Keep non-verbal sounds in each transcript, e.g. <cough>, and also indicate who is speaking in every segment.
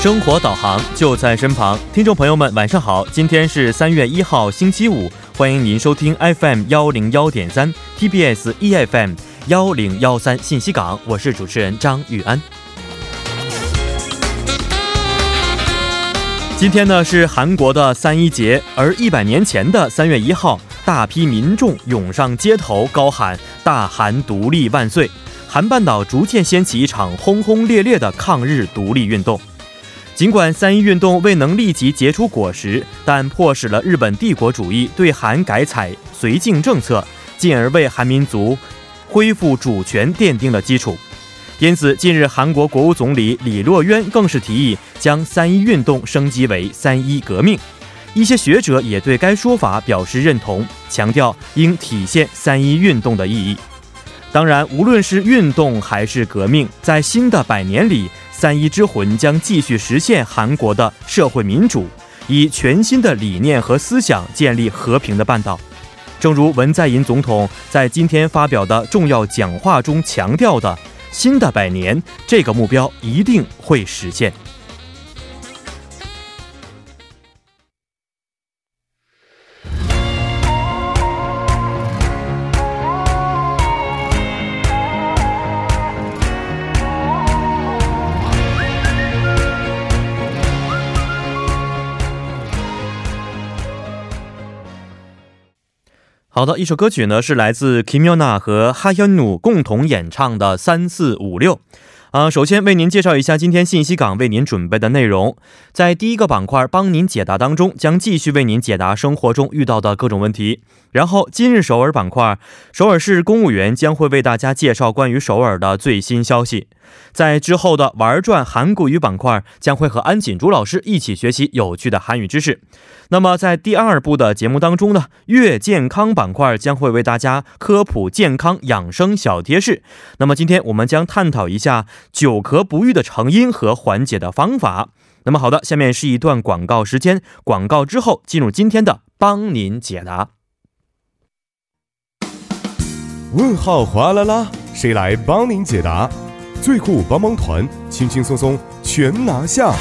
Speaker 1: 生活导航就在身旁，听众朋友们，晚上好！今天是三月一号，星期五，欢迎您收听 FM 幺零幺点三 TBS EFM E 幺零幺三信息港，我是主持人张玉安。今天呢是韩国的三一节，而一百年前的三月一号，大批民众涌上街头，高喊“大韩独立万岁”，韩半岛逐渐掀起一场轰轰烈烈的抗日独立运动。尽管三一运动未能立即结出果实，但迫使了日本帝国主义对韩改采绥靖政策，进而为韩民族恢复主权奠定了基础。因此，近日韩国国务总理李洛渊更是提议将三一运动升级为三一革命。一些学者也对该说法表示认同，强调应体现三一运动的意义。当然，无论是运动还是革命，在新的百年里，三一之魂将继续实现韩国的社会民主，以全新的理念和思想建立和平的半岛。正如文在寅总统在今天发表的重要讲话中强调的，新的百年这个目标一定会实现。好的，一首歌曲呢是来自 Kimona 和哈현누共同演唱的《三四五六》。啊、首先为您介绍一下今天信息港为您准备的内容。在第一个板块“帮您解答”当中，将继续为您解答生活中遇到的各种问题。然后，今日首尔板块，首尔市公务员将会为大家介绍关于首尔的最新消息。在之后的“玩转韩国语”板块，将会和安锦竹老师一起学习有趣的韩语知识。那么在第二部的节目当中呢，月健康板块将会为大家科普健康养生小贴士。那么今天我们将探讨一下久咳不愈的成因和缓解的方法。那么好的，下面是一段广告时间，广告之后进入今天的帮您解答。
Speaker 2: 问号哗啦啦，谁来帮您解答？最酷帮帮团，轻轻松松全拿下。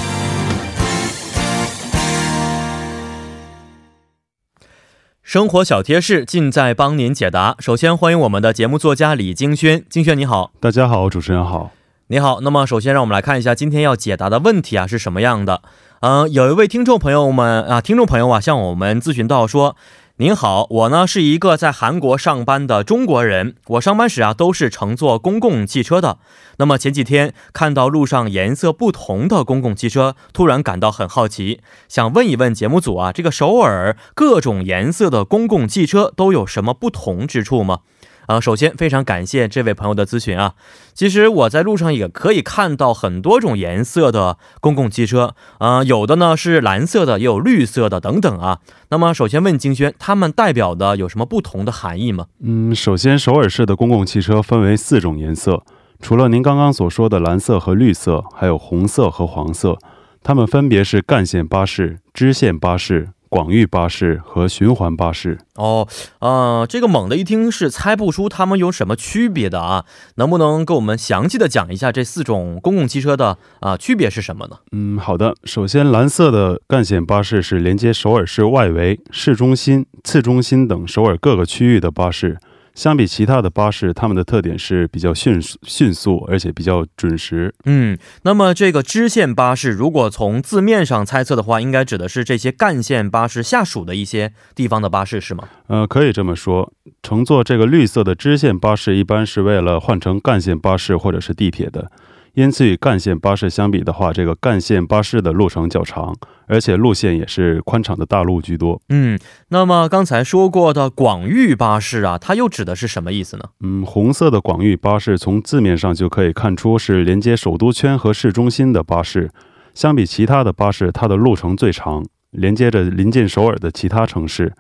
Speaker 1: 生活小贴士尽在帮您解答。首先欢迎我们的节目作家李京轩，京轩你好，
Speaker 3: 大家好，主持人好。
Speaker 1: 你好。那么首先让我们来看一下今天要解答的问题啊是什么样的。嗯、有一位听众朋友们啊，听众朋友啊向我们咨询到说。您好，我呢是一个在韩国上班的中国人。我上班时啊都是乘坐公共汽车的。那么前几天看到路上颜色不同的公共汽车，突然感到很好奇，想问一问节目组啊，这个首尔各种颜色的公共汽车都有什么不同之处吗？啊，首先非常感谢这位朋友的咨询啊。其实我在路上也可以看到很多种颜色的公共汽车，啊、有的呢是蓝色的，也有绿色的等等啊。那么首先问金轩，他们代表的有什么不同的含义吗？
Speaker 3: 嗯，首先，首尔市的公共汽车分为四种颜色，除了您刚刚所说的蓝色和绿色，还有红色和黄色，它们分别是干线巴士、支线巴士、广域巴士和循环巴士。
Speaker 1: 哦，呃，这个猛的一听是猜不出它们有什么区别的啊，能不能给我们详细的讲一下这四种公共汽车的啊、区别是什么呢？
Speaker 3: 嗯，好的。首先，蓝色的干线巴士是连接首尔市外围、市中心、次中心等首尔各个区域的巴士。相比其他的巴士，它们的特点是比较迅速、迅速，而且比较准时。
Speaker 1: 嗯，那么这个支线巴士，如果从字面上猜测的话，应该指的是这些干线巴士下属的一些地方的巴士是吗？
Speaker 3: 呃，可以这么说，乘坐这个绿色的支线巴士一般是为了换乘干线巴士或者是地铁的，因此与干线巴士相比的话，这个干线巴士的路程较长，而且路线也是宽敞的大路居多。
Speaker 1: 嗯，那么刚才说过的广域巴士啊，它又指的是什么意思呢？
Speaker 3: 嗯，红色的广域巴士从字面上就可以看出是连接首都圈和市中心的巴士，相比其他的巴士，它的路程最长，连接着临近首尔的其他城市。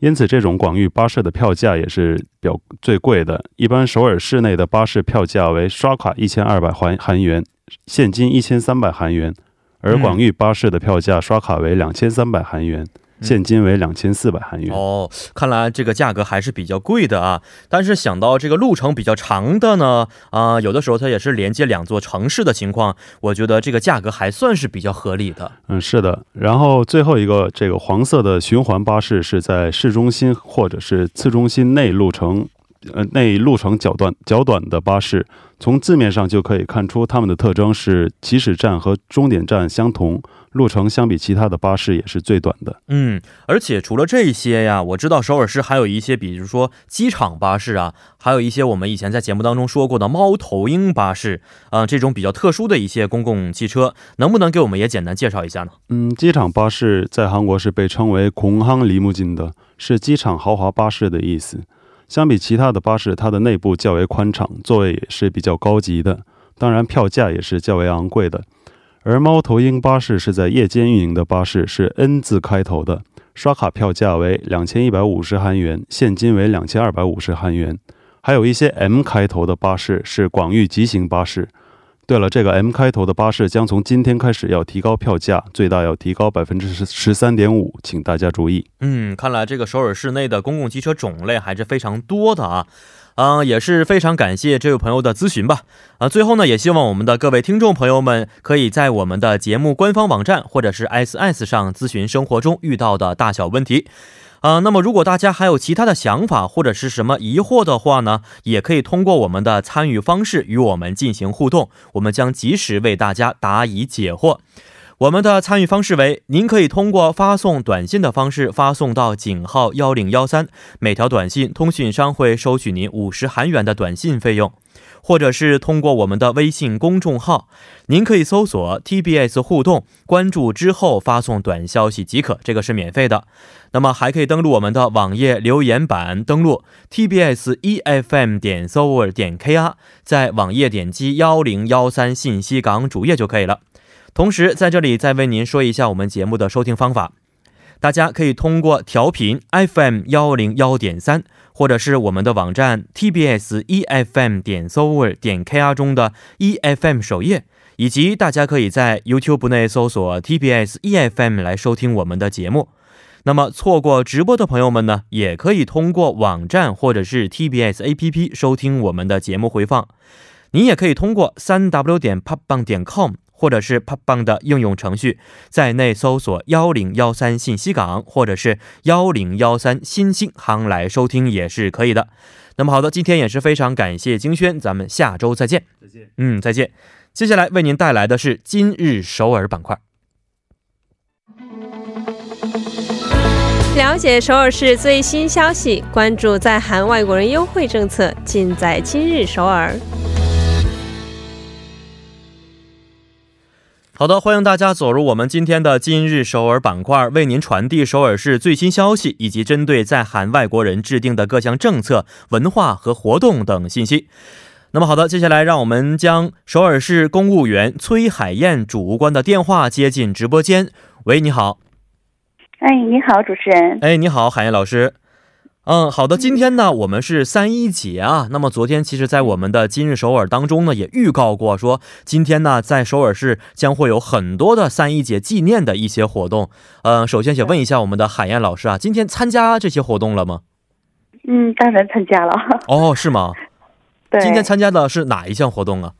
Speaker 3: 因此，这种广域巴士的票价也是表最贵的。一般首尔市内的巴士票价为刷卡一千二百韩韩元，现金一千三百韩元，而广域巴士的票价刷卡为两千三百韩元。现金为两千四百韩元。
Speaker 1: 哦，看来这个价格还是比较贵的啊。但是想到这个路程比较长的呢，啊、有的时候它也是连接两座城市的情况，我觉得这个价格还算是比较合理的。
Speaker 3: 嗯，是的。然后最后一个这个黄色的循环巴士是在市中心或者是次中心内路程，呃，内路程较短较短的巴士。从字面上就可以看出，它们的特征是起始站和终点站相同，路程相比其他的巴士也是最短的。
Speaker 1: 嗯，而且除了这些呀，我知道首尔市还有一些，比如说机场巴士啊，还有一些我们以前在节目当中说过的猫头鹰巴士，啊、这种比较特殊的一些公共汽车，能不能给我们也简单介绍一下呢？
Speaker 3: 嗯，机场巴士在韩国是被称为“공항리무진”的，是机场豪华巴士的意思。相比其他的巴士，它的内部较为宽敞，座位也是比较高级的，当然票价也是较为昂贵的。而猫头鹰巴士是在夜间运营的巴士，是 N 字开头的，刷卡票价为两千一百五十韩元，现金为两千二百五十韩元。还有一些 M 开头的巴士是广域急行巴士，对了，这个 M 开头的巴士将从今天开始要提高票价，最大要提高百分之十十三点五，请大家注意。
Speaker 1: 嗯，看来这个首尔市内的公共汽车种类还是非常多的啊。啊、也是非常感谢这位朋友的咨询吧。啊、最后呢，也希望我们的各位听众朋友们可以在我们的节目官方网站或者是 SS 上咨询生活中遇到的大小问题。啊、那么如果大家还有其他的想法或者是什么疑惑的话呢，也可以通过我们的参与方式与我们进行互动，我们将及时为大家答疑解惑。我们的参与方式为：您可以通过发送短信的方式发送到井号幺零幺三，每条短信通讯商会收取您五十韩元的短信费用，或者是通过我们的微信公众号，您可以搜索 TBS 互动，关注之后发送短消息即可，这个是免费的。那么还可以登录我们的网页留言板，登录 TBS EFM E 点 s o u r 点 KR，在网页点击幺零幺三信息港主页就可以了。同时，在这里再为您说一下我们节目的收听方法，大家可以通过调频 FM 幺零幺点三，或者是我们的网站 TBS EFM E 点 s o u r 点 KR 中的 EFM 首页，以及大家可以在 YouTube 内搜索 TBS EFM E 来收听我们的节目。那么错过直播的朋友们呢，也可以通过网站或者是 TBS APP 收听我们的节目回放。您也可以通过三 w 点 p o p b a n g 点 com 或者是 p o p b a n g 的应用程序，在内搜索幺零幺三信息港或者是幺零幺三新星行来收听也是可以的。那么好的，今天也是非常感谢金轩，咱们下周再见。再见。嗯，再见。接下来为您带来的是今日首尔板块。
Speaker 4: 了解首尔市最新消息，关注在韩外国人优惠政策，尽在今日首尔。
Speaker 1: 好的，欢迎大家走入我们今天的今日首尔板块，为您传递首尔市最新消息，以及针对在韩外国人制定的各项政策、文化和活动等信息。那么好的，接下来让我们将首尔市公务员崔海燕主务官的电话接进直播间。喂，你好，
Speaker 5: 哎，你好，主持人。
Speaker 1: <laughs> 哎，你好，海燕老师。嗯，好的，今天呢，我们是三一节啊。那么昨天其实，在我们的今日首尔当中呢，也预告过说，今天呢，在首尔市将会有很多的三一节纪念的一些活动。嗯，首先想问一下我们的海燕老师啊，今天参加这些活动了吗？
Speaker 5: 嗯，当然参加了。 <laughs>
Speaker 1: 哦，是吗？
Speaker 5: 对，
Speaker 1: 今天参加的是哪一项活动啊？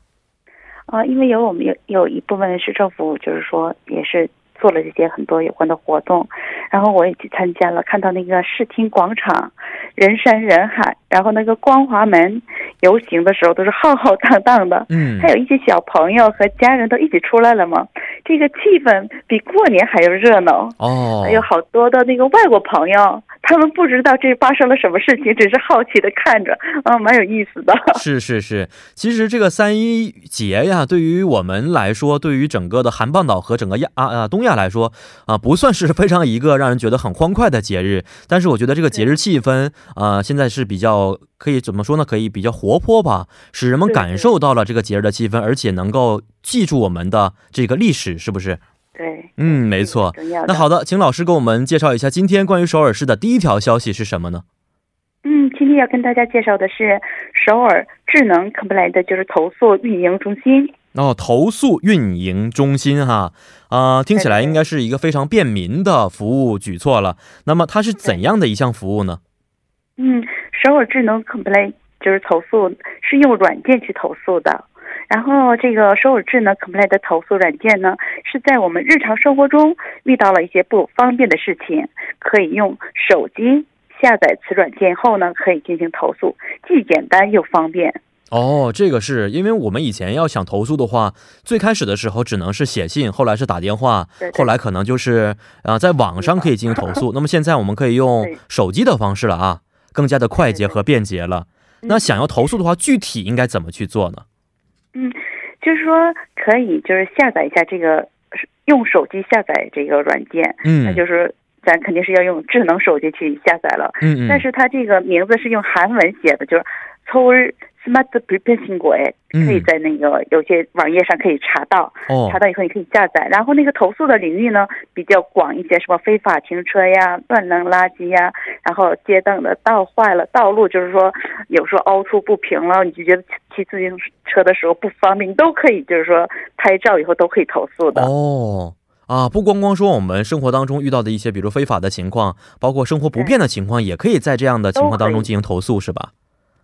Speaker 5: 啊、因为有我们有有一部分市政府，就是说也是做了这些很多有关的活动，然后我也去参加了，看到那个视听广场人山人海，然后那个光华门游行的时候都是浩浩荡荡的，
Speaker 1: 嗯
Speaker 5: 还有一些小朋友和家人都一起出来了嘛，这个气氛比过年还要热闹。
Speaker 1: 哦，
Speaker 5: 还有好多的那个外国朋友， <laughs> 他们不知道这发生了什么事情，只是好奇的看着，嗯，蛮有意思的。 <laughs>
Speaker 1: 是是是，其实这个三一节呀，对于我们来说，对于整个的韩半岛和整个亚啊啊东亚来说啊，不算是非常一个让人觉得很欢快的节日。但是我觉得这个节日气氛啊，现在是比较可以怎么说呢？可以比较活泼吧，使人们
Speaker 5: 对
Speaker 1: 感
Speaker 5: 对
Speaker 1: 受到了这个节日的气氛，而且能够记住我们的这个历史，是不是？
Speaker 5: <laughs> 对，
Speaker 1: 嗯，没错。
Speaker 5: 重要的
Speaker 1: 那，好的，请老师给我们介绍一下今天关于首尔市的第一条消息是什么呢？
Speaker 5: 嗯，今天要跟大家介绍的是首尔智能 complaint，就是投诉运营中心。
Speaker 1: 哦，投诉运营中心哈啊、听起来
Speaker 5: 对对
Speaker 1: 应该是一个非常便民的服务举措了。那么它是怎样的一项服务呢？
Speaker 5: 嗯，首尔智能 complain 就是投诉，是用软件去投诉的。然后这个首尔智能 complain 的投诉软件呢，是在我们日常生活中遇到了一些不方便的事情，可以用手机下载此软件后呢，可以进行投诉，既简单又方便。
Speaker 1: 哦，这个是因为我们以前要想投诉的话，最开始的时候只能是写信，后来是打电话，
Speaker 5: 对对
Speaker 1: 后来可能就是呃在网上可以进行投诉。那么现在我们可以用
Speaker 5: 对
Speaker 1: 手机的方式了啊，更加的快捷和便捷了。
Speaker 5: 嗯
Speaker 1: 那想要投诉的话，具体应该怎么去做呢？
Speaker 5: 就是说可以就是下载一下这个，用手机下载这个软件，那
Speaker 1: 嗯
Speaker 5: 就是咱肯定是要用智能手机去下载了。
Speaker 1: 嗯
Speaker 5: 但是它这个名字是用韩文写的，就是서울 Smart Preparing 거哎，可以
Speaker 1: 嗯
Speaker 5: 在那个有些网页上可以查到，
Speaker 1: 哦
Speaker 5: 查到以后你可以下载。然后那个投诉的领域呢比较广一些，什么非法停车呀、乱扔垃圾呀，然后街灯的道坏了，道路就是说有时候凹凸不平了，你就觉得骑骑自行车的时候不方便，你都可以就是说拍照以后都可以投诉的。
Speaker 1: 哦啊，不光光说我们生活当中遇到的一些，比如非法的情况，包括生活不便的情况，也可以在这样的情况当中进行投诉，是吧？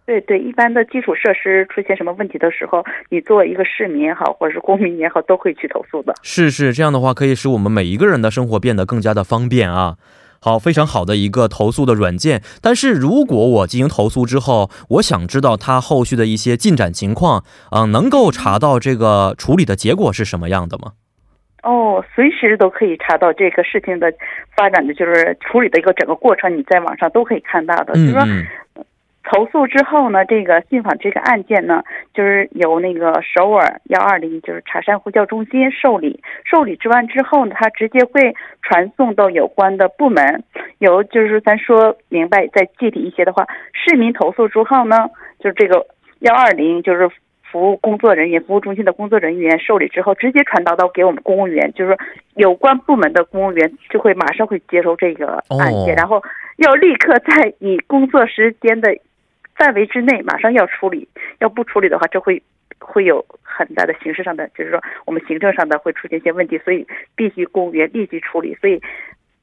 Speaker 5: 对对，一般的基础设施出现什么问题的时候，你作为一个市民也好，或者是公民也好，都会去投诉的。
Speaker 1: 是是，这样的话可以使我们每一个人的生活变得更加的方便啊。好，非常好的一个投诉的软件。但是如果我进行投诉之后，我想知道它后续的一些进展情况，嗯、能够查到这个处理的结果是什么样的吗？
Speaker 5: 哦，随时都可以查到这个事情的发展的，就是处理的一个整个过程，你在网上都可以看到的。呃就是
Speaker 1: 嗯
Speaker 5: 说，
Speaker 1: 嗯，
Speaker 5: 投诉之后呢，这个信访这个案件呢，就是由那个首尔幺二零，就是茶山呼叫中心受理。受理之完之后呢，他直接会传送到有关的部门。由就是咱说明白再具体一些的话，市民投诉之后呢，就是这个幺二零就是。服务工作人员、服务中心的工作人员受理之后，直接传达到给我们公务员，就是说有关部门的公务员就会马上会接收这个案件，
Speaker 1: 哦
Speaker 5: 然后要立刻在你工作时间的范围之内马上要处理，要不处理的话，这会会有很大的形式上的，就是说我们行政上的会出现一些问题，所以必须公务员立即处理，所以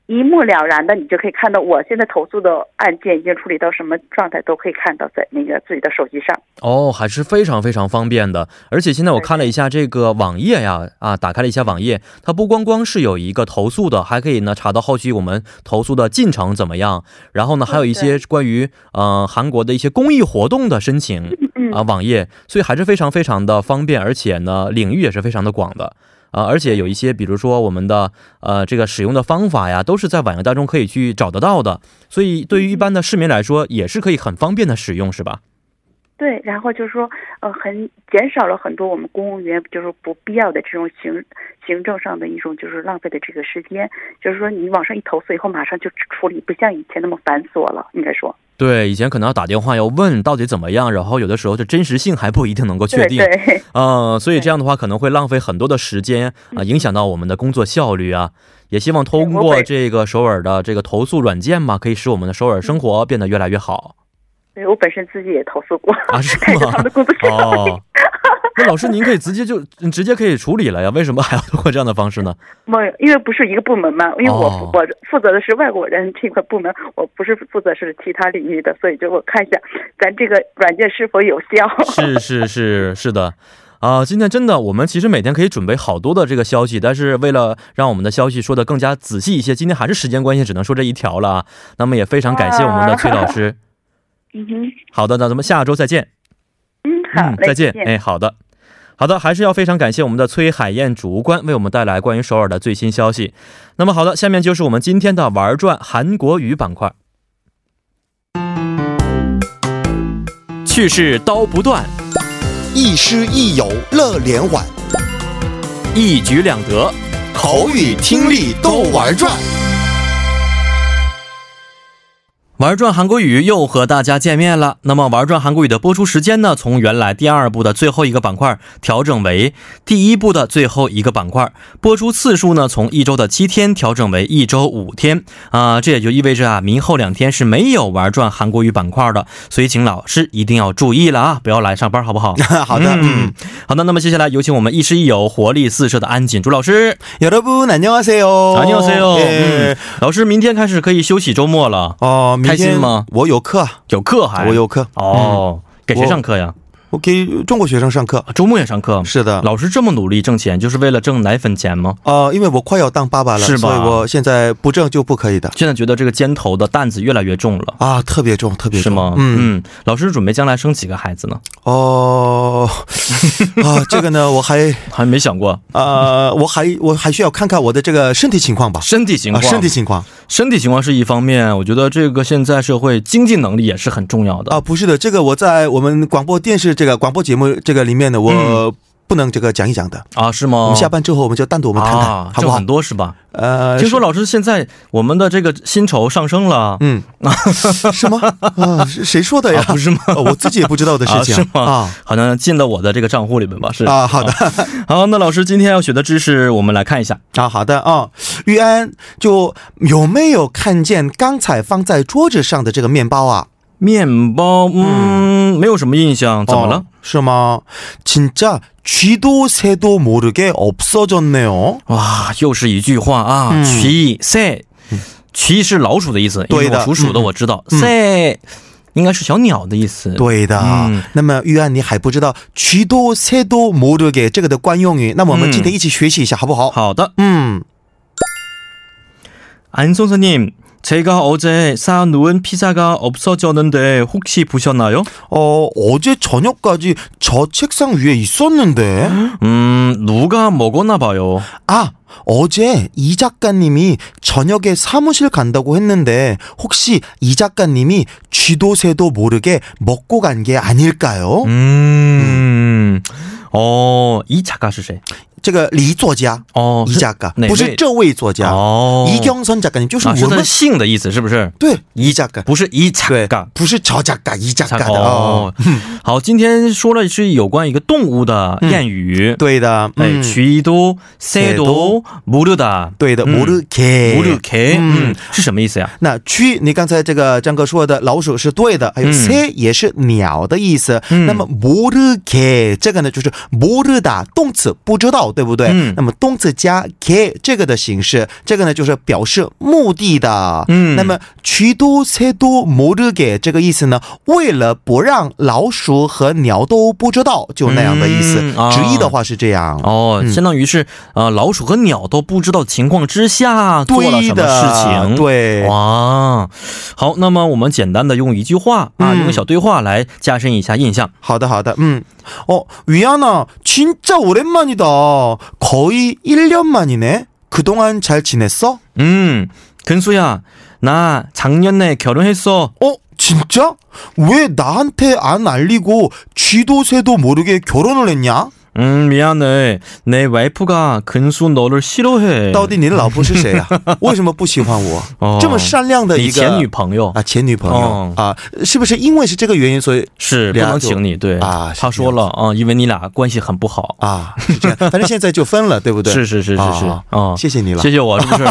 Speaker 5: 一目了然的，你就可以看到我现在投诉的案件已经处理到什么状态，都可以看到在那个自己的手机上。
Speaker 1: 哦，还是非常非常方便的。而且现在我
Speaker 5: 对
Speaker 1: 看了一下这个网页呀，啊，打开了一下网页，它不光光是有一个投诉的，还可以呢查到后续我们投诉的进程怎么样。然
Speaker 5: 嗯
Speaker 1: 后呢，还有一些关于呃韩国的一些公益活动的申请
Speaker 5: 嗯
Speaker 1: 啊网页，所以还是非常非常的方便，而且呢领域也是非常的广的。啊，而且有一些，比如说我们的呃这个使用的方法呀，都是在网页当中可以去找得到的，所以对
Speaker 5: 嗯
Speaker 1: 于一般的市民来说，也是可以很方便的使用，是吧？
Speaker 5: 对，然后就是说，呃，很减少了很多我们公务员就是不必要的这种行行政上的一种就是浪费的这个时间，就是说你往上一投诉以后马上就处理，不像以前那么繁琐了，应该说。
Speaker 1: 对，以前可能要打电话要问到底怎么样，然后有的时候这真实性还不一定能够确
Speaker 5: 对
Speaker 1: 定。
Speaker 5: 对， <laughs> 嗯
Speaker 1: 呃，所以这样的话可能会浪费很多的时间啊、影响到我们的工作效率啊。也希望通
Speaker 5: 我
Speaker 1: 过
Speaker 5: 会
Speaker 1: 这个首尔的这个投诉软件嘛，可以使我们的首尔
Speaker 5: 嗯
Speaker 1: 生活变得越来越
Speaker 5: <laughs>
Speaker 1: 好
Speaker 5: 对我本身自己也投诉过， <laughs>
Speaker 1: 啊，是
Speaker 5: 带着
Speaker 1: 吗
Speaker 5: 他们的？工作效率。
Speaker 1: 哦，
Speaker 5: <laughs>
Speaker 1: 那老师您可以直接就嗯直接可以处理了呀，为什么还要通过这样的方式呢？
Speaker 5: 没有，因为不是一个部门嘛，因为我、
Speaker 1: 哦
Speaker 5: 我负责的是外国人这块部门，我不是负责是其他领域的，所以就我看一下咱这个软件是否有效。
Speaker 1: 是是是是的。啊，今天真的，我们其实每天可以准备好多的这个消息，但是为了让我们的消息说的更加仔细一些，今天还是时间关系，只能说这一条了啊。那么也非常感谢我们的崔老师。
Speaker 5: <laughs> 嗯哼，
Speaker 1: 好的，那咱们下周再见。
Speaker 5: <laughs> 嗯，好
Speaker 1: 嗯，，
Speaker 5: 那
Speaker 1: 再见。哎，好的，好的，还是要非常感谢我们的崔海燕主官为我们带来关于首尔的最新消息。那么好的，下面就是我们今天的玩转韩国语板块。去世刀不断，
Speaker 6: 亦师亦友乐连环，
Speaker 1: 一举两得。
Speaker 6: 口语听力都玩转。
Speaker 1: 玩转韩国语又和大家见面了。那么，玩转韩国语的播出时间呢，从原来第二部的最后一个板块调整为第一部的最后一个板块，播出次数呢从一周的七天调整为一周五天啊、这也就意味着啊，明后两天是没有玩转韩国语板块的，所以请老师一定要注意了啊，不要来上班，好不 <laughs> 好？
Speaker 7: 好的，嗯，
Speaker 1: 好的，那么接下来有请我们亦师亦友、活力四射的安锦珠老师。
Speaker 7: 여러분 안녕하세요.
Speaker 1: 哦 안녕하세요. 嗯
Speaker 7: 예.
Speaker 1: 老师，明天开始可以休息周末了，
Speaker 7: 어,
Speaker 1: 开心吗？
Speaker 7: 我有课，我有课。
Speaker 1: 有课还？哦，给谁
Speaker 7: 我
Speaker 1: 上课呀？
Speaker 7: 我给中国学生上课。
Speaker 1: 啊周末也上课？
Speaker 7: 是的，
Speaker 1: 老师这么努力挣钱，就是为了挣奶粉钱吗？
Speaker 7: 呃，因为我快要当爸爸了，
Speaker 1: 是吧
Speaker 7: 所以我现在不挣就不可以的
Speaker 1: 现在觉得这个肩头的担子越来越重了，
Speaker 7: 啊，特别重，特别重，
Speaker 1: 是吗？
Speaker 7: 嗯，
Speaker 1: 嗯，老师准备将来生几个孩子呢？
Speaker 7: 哦，啊，这个呢，我还
Speaker 1: 还没想过
Speaker 7: 呃，我还我还需要看看我的这个身体情况吧，
Speaker 1: 身体情
Speaker 7: 啊，
Speaker 1: 况，
Speaker 7: 身体情况
Speaker 1: 身体情况是一方面，我觉得这个现在社会经济能力也是很重要的
Speaker 7: 啊，不是的，这个我在我们广播电视这个广播节目这个里面呢，我不能这个讲一讲的，
Speaker 1: 啊，是
Speaker 7: 我
Speaker 1: 吗？
Speaker 7: 们下班之后我们就单独我们谈谈，
Speaker 1: 啊，
Speaker 7: 好不
Speaker 1: 挣
Speaker 7: 好
Speaker 1: 很？多是吧？
Speaker 7: 呃，
Speaker 1: 听说老师现在我们的这个薪酬上升了，
Speaker 7: 嗯，是吗？啊，是谁说的呀？
Speaker 1: 啊不是吗
Speaker 7: 哦我自己也不知道的事情
Speaker 1: 啊是吗
Speaker 7: 啊
Speaker 1: 好像进了我的这个账户里面吧？是
Speaker 7: 啊，好的。
Speaker 1: 好，那老师今天要学的知识，我们来看一下。
Speaker 7: 啊，好的啊，玉安，就有没有看见刚才放在桌子上的这个面包啊？
Speaker 1: 面包，嗯，没有什么印象，怎么了
Speaker 7: 哦？ ？是吗？진짜쥐도새도모르게없어졌네요。
Speaker 1: 哇，又是一句话啊！
Speaker 7: 嗯
Speaker 1: 奇塞，奇是老鼠的意思，
Speaker 7: 对的
Speaker 1: 因为我属鼠的
Speaker 7: 嗯
Speaker 1: 我知道，
Speaker 7: 嗯
Speaker 1: 塞应该是小鸟的意思。，
Speaker 7: 对的。
Speaker 1: 嗯
Speaker 7: 那么玉安，你还不知道쥐도새도모르게这个的惯用语，那么我们今天一起学习一下， 음. 好不好？
Speaker 1: 好的。
Speaker 7: 嗯，
Speaker 1: 안 선생님, 제가 어제 사놓은 피자가 없어졌는데 혹시 보셨나요?
Speaker 7: 어 어제 저녁까지 저 책상 위에 있었는데.
Speaker 1: 음, 누가 먹었나 봐요.
Speaker 7: 아, 어제 이 작가님이 저녁에 사무실 간다고 했는데 혹시 이 작가님이 쥐도새도 모르게 먹고 간 게 아닐까요?
Speaker 1: 음, 어, 이 작가 是谁?
Speaker 7: 这个李作家
Speaker 1: 어,
Speaker 7: 이 작가
Speaker 1: 哪位？
Speaker 7: 不是这位作家
Speaker 1: 어,
Speaker 7: 이경선 작가님 就是
Speaker 1: 啊是他
Speaker 7: 我们
Speaker 1: 的姓的意思，是不是？
Speaker 7: 对이 작가 네。
Speaker 1: 不是一작가
Speaker 7: 对不是저 작가 이
Speaker 1: 才
Speaker 7: 작가 어. 的
Speaker 1: 哦， <laughs> 好，今天说了是有关一个动物的谚语，
Speaker 7: 嗯对的
Speaker 1: 哎，曲都塞都木鲁达
Speaker 7: 对的 음. 모르게
Speaker 1: 木鲁 K，
Speaker 7: 嗯
Speaker 1: 嗯，是什么意思呀？
Speaker 7: 那蛆，你刚才这个张哥说的老鼠是对的，还有
Speaker 1: 嗯
Speaker 7: 塞也是鸟的意思。
Speaker 1: 嗯
Speaker 7: 那么모르게这个呢，就是모르다动词不知道，对不对？
Speaker 1: 嗯
Speaker 7: 那么动词加게这个的形式，这个呢就是表示目的的。
Speaker 1: 嗯
Speaker 7: 那么蛆都塞都모르게这个意思呢，为了不让老鼠和鸟都不知道，就那样的意思。
Speaker 1: 嗯啊
Speaker 7: 直译的话是这样。
Speaker 1: 哦，
Speaker 7: 嗯
Speaker 1: 相当于是呃，老鼠和鸟都不知道情况之下做了
Speaker 7: 对
Speaker 1: 什么
Speaker 7: 的，
Speaker 1: 事情。
Speaker 7: 对，
Speaker 1: 哇，好，那么我们简单的用一句话啊，
Speaker 7: 嗯
Speaker 1: 用个小对话来加深一下印象。
Speaker 7: 음. 어, 好的好的嗯哦위안아 진짜 오랜만이다 거의 1년 만이네 그동안 잘 지냈어?
Speaker 1: 음, 근수야, 나 작년에 결혼했어.
Speaker 7: 어 진짜? 왜 나한테 안 알리고 쥐도 새도 모르게 결혼을 했냐?
Speaker 1: 음, 嗯 미안해. 내 와이프가 근수 너를 싫어해.
Speaker 7: 到底你的老婆是谁呀、为什么不喜欢我、
Speaker 1: 哦
Speaker 7: 这么善良的
Speaker 1: 你
Speaker 7: 一个
Speaker 1: 前女朋友
Speaker 7: 啊前女朋友、
Speaker 1: 哦
Speaker 7: 啊是不是因为是这个原因所以
Speaker 1: 是不
Speaker 7: 俩
Speaker 1: 能
Speaker 7: 就
Speaker 1: 请你，对
Speaker 7: 啊
Speaker 1: 他说了啊、因为你俩关系很不好。
Speaker 7: 啊是这样？反正现在就分了，对不对？
Speaker 1: 是是是是是
Speaker 7: 啊
Speaker 1: 哦
Speaker 7: 谢谢你了
Speaker 1: 谢谢我，是不
Speaker 7: <laughs>
Speaker 1: 是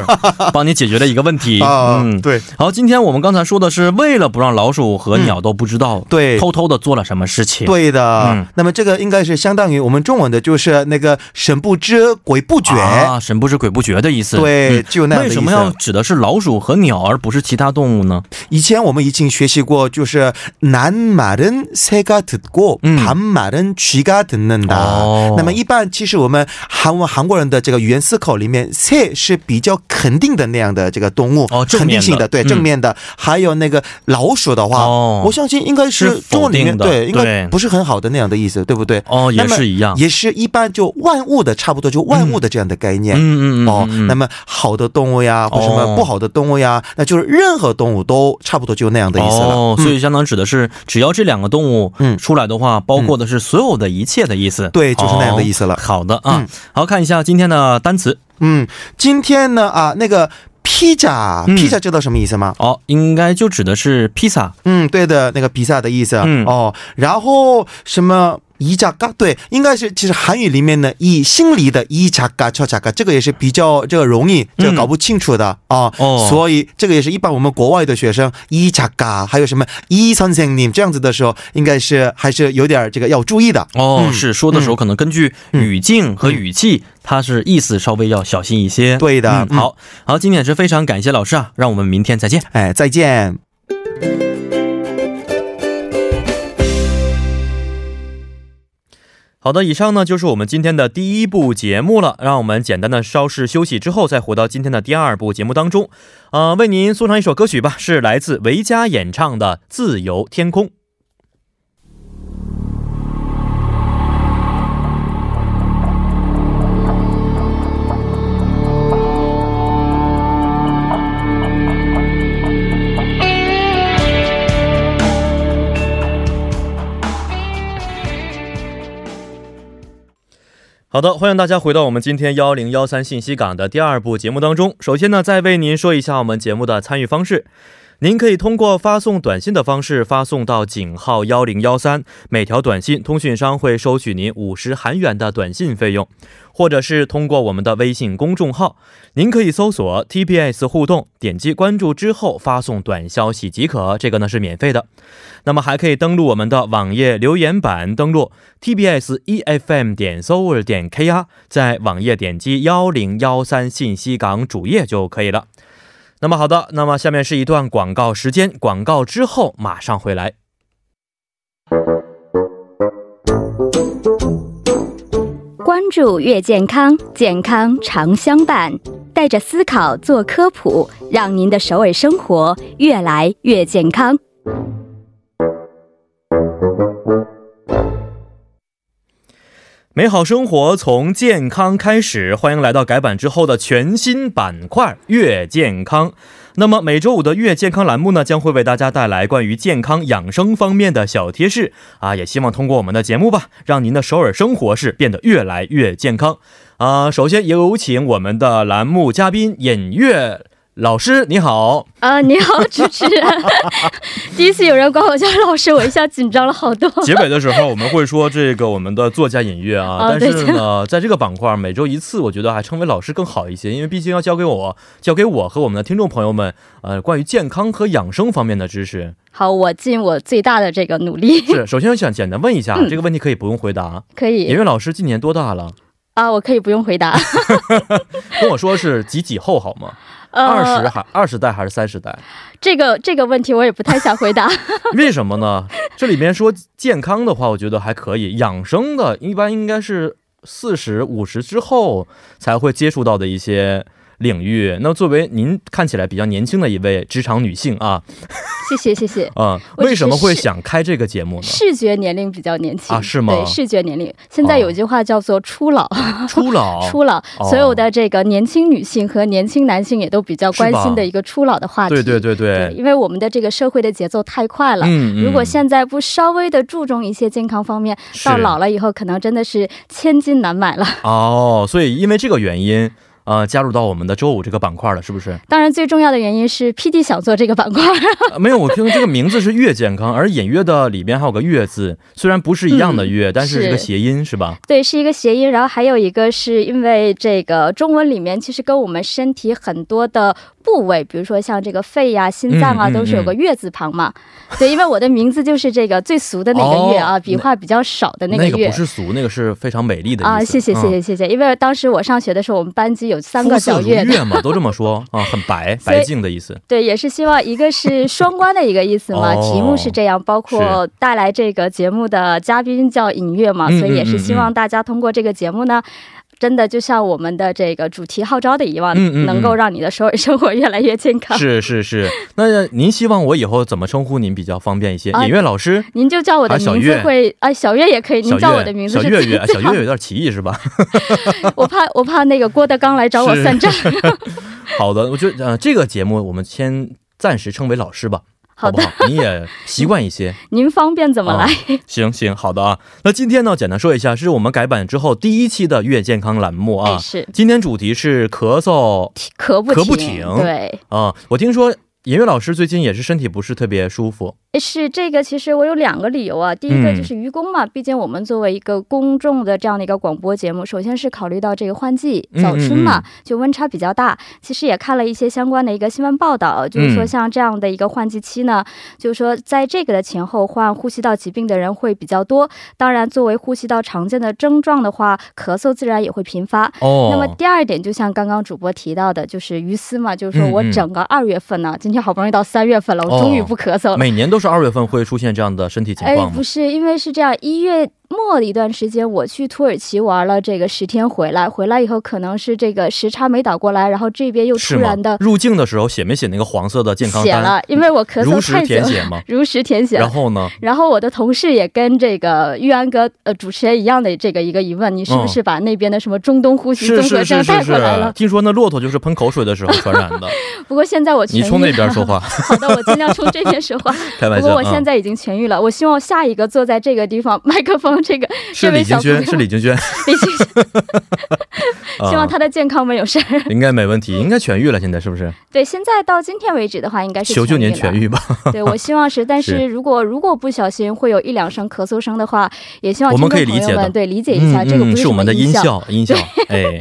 Speaker 1: 帮你解决了一个问题？
Speaker 7: 啊、
Speaker 1: 嗯，。
Speaker 7: 对
Speaker 1: 好，今天我们刚才说的是为了不让老鼠和鸟都不知道，
Speaker 7: 对
Speaker 1: 偷偷的做了什么事情。，
Speaker 7: 对的、
Speaker 1: 嗯
Speaker 7: 那么这个应该是相当于我们中文的，就是那个神不知鬼不觉。
Speaker 1: 啊，神不知鬼不觉的意思。
Speaker 7: 对
Speaker 1: 嗯
Speaker 7: 就那样的
Speaker 1: 为
Speaker 7: 意思
Speaker 1: 什么要指的是老鼠和鸟，而不是其他动物呢？
Speaker 7: 以前我们已经学习过，就是男马人새가듣고
Speaker 1: 嗯
Speaker 7: 밤말은쥐가듣는다。
Speaker 1: 哦
Speaker 7: 那么一般其实我们韩文韩国人的这个语言思考里面，새是比较肯定的那样的这个动物，
Speaker 1: 哦正
Speaker 7: 肯
Speaker 1: 面的
Speaker 7: 定性的，对
Speaker 1: 嗯
Speaker 7: 正面的。还有那个老鼠的话，
Speaker 1: 哦
Speaker 7: 我相信应该
Speaker 1: 是
Speaker 7: 是
Speaker 1: 否
Speaker 7: 中文里面
Speaker 1: 定的
Speaker 7: 对，应
Speaker 1: 对
Speaker 7: 该不是很好的那样的意思，对不对？
Speaker 1: 哦，也
Speaker 7: 那么
Speaker 1: 是一样。
Speaker 7: 也是一般就万物的差不多，就万物的这样的概念。
Speaker 1: 嗯嗯嗯
Speaker 7: 哦
Speaker 1: 嗯嗯，
Speaker 7: 那么好的动物呀，或什
Speaker 1: 哦
Speaker 7: 么不好的动物呀，那就是任何动物都差不多就那样的意思了。
Speaker 1: 哦，所
Speaker 7: 嗯、
Speaker 1: 以相当指的是，只要这两个动物
Speaker 7: 嗯
Speaker 1: 出来的话，包括的是所有的一切的意思。
Speaker 7: 对就是那样的意思了
Speaker 1: 哦好的啊、
Speaker 7: 嗯
Speaker 1: 好看一下今天的单词。
Speaker 7: 嗯，今天呢啊，那个。披萨，
Speaker 1: 嗯
Speaker 7: 披萨知道什么意思吗？
Speaker 1: 哦，应该就指的是披萨。
Speaker 7: 嗯，对的，那个比萨的意思。
Speaker 1: 嗯
Speaker 7: 哦，然后什么？一加嘎对，应该是其实韩语里面呢，以姓李的一加嘎敲加嘎，这个也是比较这个容易，这个搞不清楚的啊、
Speaker 1: 哦
Speaker 7: 所以这个也是一般我们国外的学生一加嘎，还有什么一선생님这样子的时候，应该是还是有点这个要注意的。
Speaker 1: 哦，
Speaker 7: 嗯
Speaker 1: 是说的时候可能根据语境和语气，它是意思稍微要小心一些。
Speaker 7: 对的
Speaker 1: 嗯好好，今天也是非常感谢老师啊，让我们明天再见。
Speaker 7: 哎，再见。
Speaker 1: 好的，以上呢就是我们今天的第一部节目了。让我们简单的稍事休息之后，再回到今天的第二部节目当中。呃，为您送上一首歌曲吧，是来自维嘉演唱的《自由天空》。好的，欢迎大家回到我们今天幺零幺三信息港的第二部节目当中。首先呢，再为您说一下我们节目的参与方式。您可以通过发送短信的方式发送到井号幺零幺三，每条短信通讯商会收取您五十韩元的短信费用，或者是通过我们的微信公众号，您可以搜索 TBS 互动，点击关注之后发送短消息即可，这个呢是免费的。那么还可以登录我们的网页留言板，登录 tbs efm E 点 s o u r 点 kr，在网页点击幺零幺三信息港主页就可以了。那么好的，那么下面是一段广告时间，广告之后马上回来。
Speaker 8: 关注越健康，健康常相伴。带着思考做科普，让您的首尔生活越来越健康。
Speaker 1: 美好生活从健康开始，欢迎来到改版之后的全新板块“越健康”。那么每周五的“越健康”栏目呢，将会为大家带来关于健康养生方面的小贴士啊，也希望通过我们的节目吧，让您的首尔生活是变得越来越健康啊。首先有请我们的栏目嘉宾尹月老师，你好。
Speaker 8: 啊，你好，主持 <laughs> 人。第一次有人管我叫老师，我一下紧张了好多。 <laughs>
Speaker 1: 结尾的时候我们会说这个我们的作家尹月啊，但
Speaker 8: 哦
Speaker 1: 是
Speaker 8: 对
Speaker 1: 呢，在这个板块每周一次，我觉得还称为老师更好一些，因为毕竟要教给我、教给我和我们的听众朋友们，呃，关于健康和养生方面的知识。
Speaker 8: 好，我尽我最大的这个努力，
Speaker 1: 是，首先我想简单问一下，这个问题可以不用回答。
Speaker 8: 可 <laughs>
Speaker 1: 尹
Speaker 8: 以
Speaker 1: 月老师今年多大了？
Speaker 8: 啊，我可以不用回答。
Speaker 1: 跟我说是几几后好吗？二十
Speaker 8: 呃，
Speaker 1: 还二十代还是三十代？
Speaker 8: 这个这个问题我也不太想回答。 <laughs>
Speaker 1: 为什么呢？这里面说健康的话，我觉得还可以；养生的，一般应该是四十五十之后才会接触到的一些领域。那作为您看起来比较年轻的一位职场女性啊，
Speaker 8: 谢谢谢谢。
Speaker 1: 啊、
Speaker 8: 我只是
Speaker 1: 为什么会想开这个节目呢？
Speaker 8: <laughs> 视觉年龄比较年轻
Speaker 1: 啊是吗
Speaker 8: 对，视觉年龄。现在有句话叫做“初老”，
Speaker 1: 初老，
Speaker 8: 初老，
Speaker 1: 哦
Speaker 8: 所有的这个年轻女性和年轻男性也都比较关
Speaker 1: 是吧
Speaker 8: 心的一个初老的话题。
Speaker 1: 对对对
Speaker 8: 对
Speaker 1: 对，
Speaker 8: 因为我们的这个社会的节奏太快了。
Speaker 1: 嗯
Speaker 8: 如果
Speaker 1: 像
Speaker 8: 现在不稍微的注重一些健康方面，到老了以后可能真的是千金难买了。
Speaker 1: 哦，所以因为这个原因。呃，加入到我们的周五这个板块了，是不是？
Speaker 8: 当然，最重要的原因是 P D 想做这个板块，
Speaker 1: 呃没有，我听这个名字是“越健康”，而隐约的里边还有个“月”字，虽然不是一样的“月”，但是是个
Speaker 8: 嗯是
Speaker 1: 谐音，是吧？
Speaker 8: 对，是一个谐音。然后还有一个是因为这个中文里面其实跟我们身体很多的部位，比如说像这个肺呀、心脏啊，
Speaker 1: 嗯嗯
Speaker 8: 都是有个月字旁嘛。对，因为我的名字就是这个最俗的那个月啊，
Speaker 1: 哦
Speaker 8: 笔画比较少的那个
Speaker 1: 那
Speaker 8: 月。
Speaker 1: 不是俗，那个是非常美丽的意思
Speaker 8: 啊，谢谢谢谢
Speaker 1: 嗯
Speaker 8: 谢谢，因为当时我上学的时候，我们班级有三个
Speaker 1: 肤色
Speaker 8: 叫
Speaker 1: 如
Speaker 8: 月的，
Speaker 1: 月嘛，都这么
Speaker 8: <laughs>
Speaker 1: 说啊，很白，
Speaker 8: 所以
Speaker 1: 白净的意思。
Speaker 8: 对，也是希望一个是双关的一个意思嘛，
Speaker 1: 哦
Speaker 8: 题目是这样，包括带来这个节目的嘉宾叫尹月嘛，
Speaker 1: 嗯
Speaker 8: 所以也
Speaker 1: 嗯
Speaker 8: 是
Speaker 1: 嗯
Speaker 8: 希望大家通过这个节目呢。真的就像我们的这个主题号召的一样，
Speaker 1: 嗯嗯嗯
Speaker 8: 能够让你的首尔生 <laughs> 活越来越健康。
Speaker 1: 是是是，那您希望我以后怎么称呼您比较方便一些？
Speaker 8: 啊
Speaker 1: 尹月老师，
Speaker 8: 您就叫我的
Speaker 1: 啊小
Speaker 8: 名字
Speaker 1: 月
Speaker 8: 会啊，小月也可以，
Speaker 1: 小
Speaker 8: 您
Speaker 1: 月，
Speaker 8: 叫我的名字
Speaker 1: 小
Speaker 8: 是
Speaker 1: 月
Speaker 8: 最
Speaker 1: 月，啊小
Speaker 8: 最好
Speaker 1: 月月有点歧义是吧？ <laughs>
Speaker 8: 我怕我怕那个郭德纲来找我
Speaker 1: 是
Speaker 8: 算账。
Speaker 1: <laughs> 好的，我觉得呃，这个节目我们先暂时称为老师吧。好
Speaker 8: 好
Speaker 1: 不
Speaker 8: 的，
Speaker 1: 好？你也习惯一些。
Speaker 8: 您方便 <laughs> 怎么来？
Speaker 1: 啊行行，好的啊。那今天呢，简单说一下，是我们改版之后第一期的月健康栏目啊。
Speaker 8: 哎 <laughs> 是
Speaker 1: 今天主题是咳嗽
Speaker 8: 咳不
Speaker 1: 咳不
Speaker 8: 停
Speaker 1: 停
Speaker 8: 对，
Speaker 1: 啊。我听说严悦老师最近也是身体不是特别舒服，
Speaker 8: 是这个。其实我有两个理由啊，第一个
Speaker 1: 嗯
Speaker 8: 就是愚公嘛，毕竟我们作为一个公众的这样的一个广播节目，首先是考虑到这个换季
Speaker 1: 嗯
Speaker 8: 早春嘛
Speaker 1: 嗯，
Speaker 8: 就温差比较大。其实也看了一些相关的一个新闻报道，就是说
Speaker 1: 嗯
Speaker 8: 像这样的一个换季期呢，就是说在这个的前后患呼吸道疾病的人会比较多。当然，作为呼吸道常见的症状的话，咳嗽自然也会频发。
Speaker 1: 哦，
Speaker 8: 那么第二点，就像刚刚主播提到的，就是于私嘛，就是说
Speaker 1: 嗯
Speaker 8: 我
Speaker 1: 嗯
Speaker 8: 整个二月份呢，今天好不容易到三月份了，我终于
Speaker 1: 哦
Speaker 8: 不咳嗽了。
Speaker 1: 每年都是二月份会出现这样的身体情
Speaker 8: 呃哎
Speaker 1: 况，吗
Speaker 8: 不？是，因为是这样，一月末的一段时间，我去土耳其玩了这个十天，回来，回来以后可能是这个时差没倒过来，然后这边又
Speaker 1: 是
Speaker 8: 突
Speaker 1: 吗
Speaker 8: 然？的
Speaker 1: 入境的时候写没写那个黄色的健康
Speaker 8: 写
Speaker 1: 单？
Speaker 8: 了，因为我咳
Speaker 1: 如
Speaker 8: 嗽
Speaker 1: 实
Speaker 8: 太久
Speaker 1: 填
Speaker 8: 了，
Speaker 1: 写吗？
Speaker 8: 如实填 <laughs> 写了
Speaker 1: 然后呢？
Speaker 8: 然后我的同事也跟这个玉安哥呃主持人一样的这个一个疑问，你是不是把那边的什么中东呼
Speaker 1: 嗯
Speaker 8: 吸
Speaker 1: 是
Speaker 8: 综合
Speaker 1: 是
Speaker 8: 症
Speaker 1: 是
Speaker 8: 带
Speaker 1: 是
Speaker 8: 过来
Speaker 1: 是
Speaker 8: 了，？
Speaker 1: 听说那骆驼就是喷口水的时候传染的。
Speaker 8: <laughs> 不过现在我痊愈
Speaker 1: 你
Speaker 8: 了。
Speaker 1: 冲那边说话，
Speaker 8: 好的，我尽量从这边说话。
Speaker 1: <laughs> 开玩
Speaker 8: 不
Speaker 1: 笑。嗯
Speaker 8: 过我现在已经痊愈了，我希望下一个坐在这个地方麦克风这个
Speaker 1: 嗯、
Speaker 8: 这
Speaker 1: 是
Speaker 8: 位
Speaker 1: 李
Speaker 8: 小
Speaker 1: 金
Speaker 8: 朋友
Speaker 1: 轩，是李
Speaker 8: <laughs>
Speaker 1: 金轩，
Speaker 8: 李
Speaker 1: <laughs>
Speaker 8: 金轩，
Speaker 1: 啊
Speaker 8: 希望他的健康没有事儿。
Speaker 1: 应该没问题，应该痊愈了，现在是不是？
Speaker 8: 对，现在到今天为止的话，应该是
Speaker 1: 求求您痊
Speaker 8: 愈
Speaker 1: 愈吧。
Speaker 8: 了。对，我希
Speaker 1: <laughs>
Speaker 8: 望是，但
Speaker 1: 是
Speaker 8: 是如果如果不小心会有一两声咳嗽声的话，也希望
Speaker 1: 我们
Speaker 8: 听众
Speaker 1: 可以理
Speaker 8: 朋
Speaker 1: 解
Speaker 8: 友
Speaker 1: 的嗯
Speaker 8: 们对理解一下，这个不
Speaker 1: 是
Speaker 8: 什
Speaker 1: 我们
Speaker 8: 么
Speaker 1: 的音
Speaker 8: 效。
Speaker 1: 效，
Speaker 8: <laughs>
Speaker 1: 音效。哎，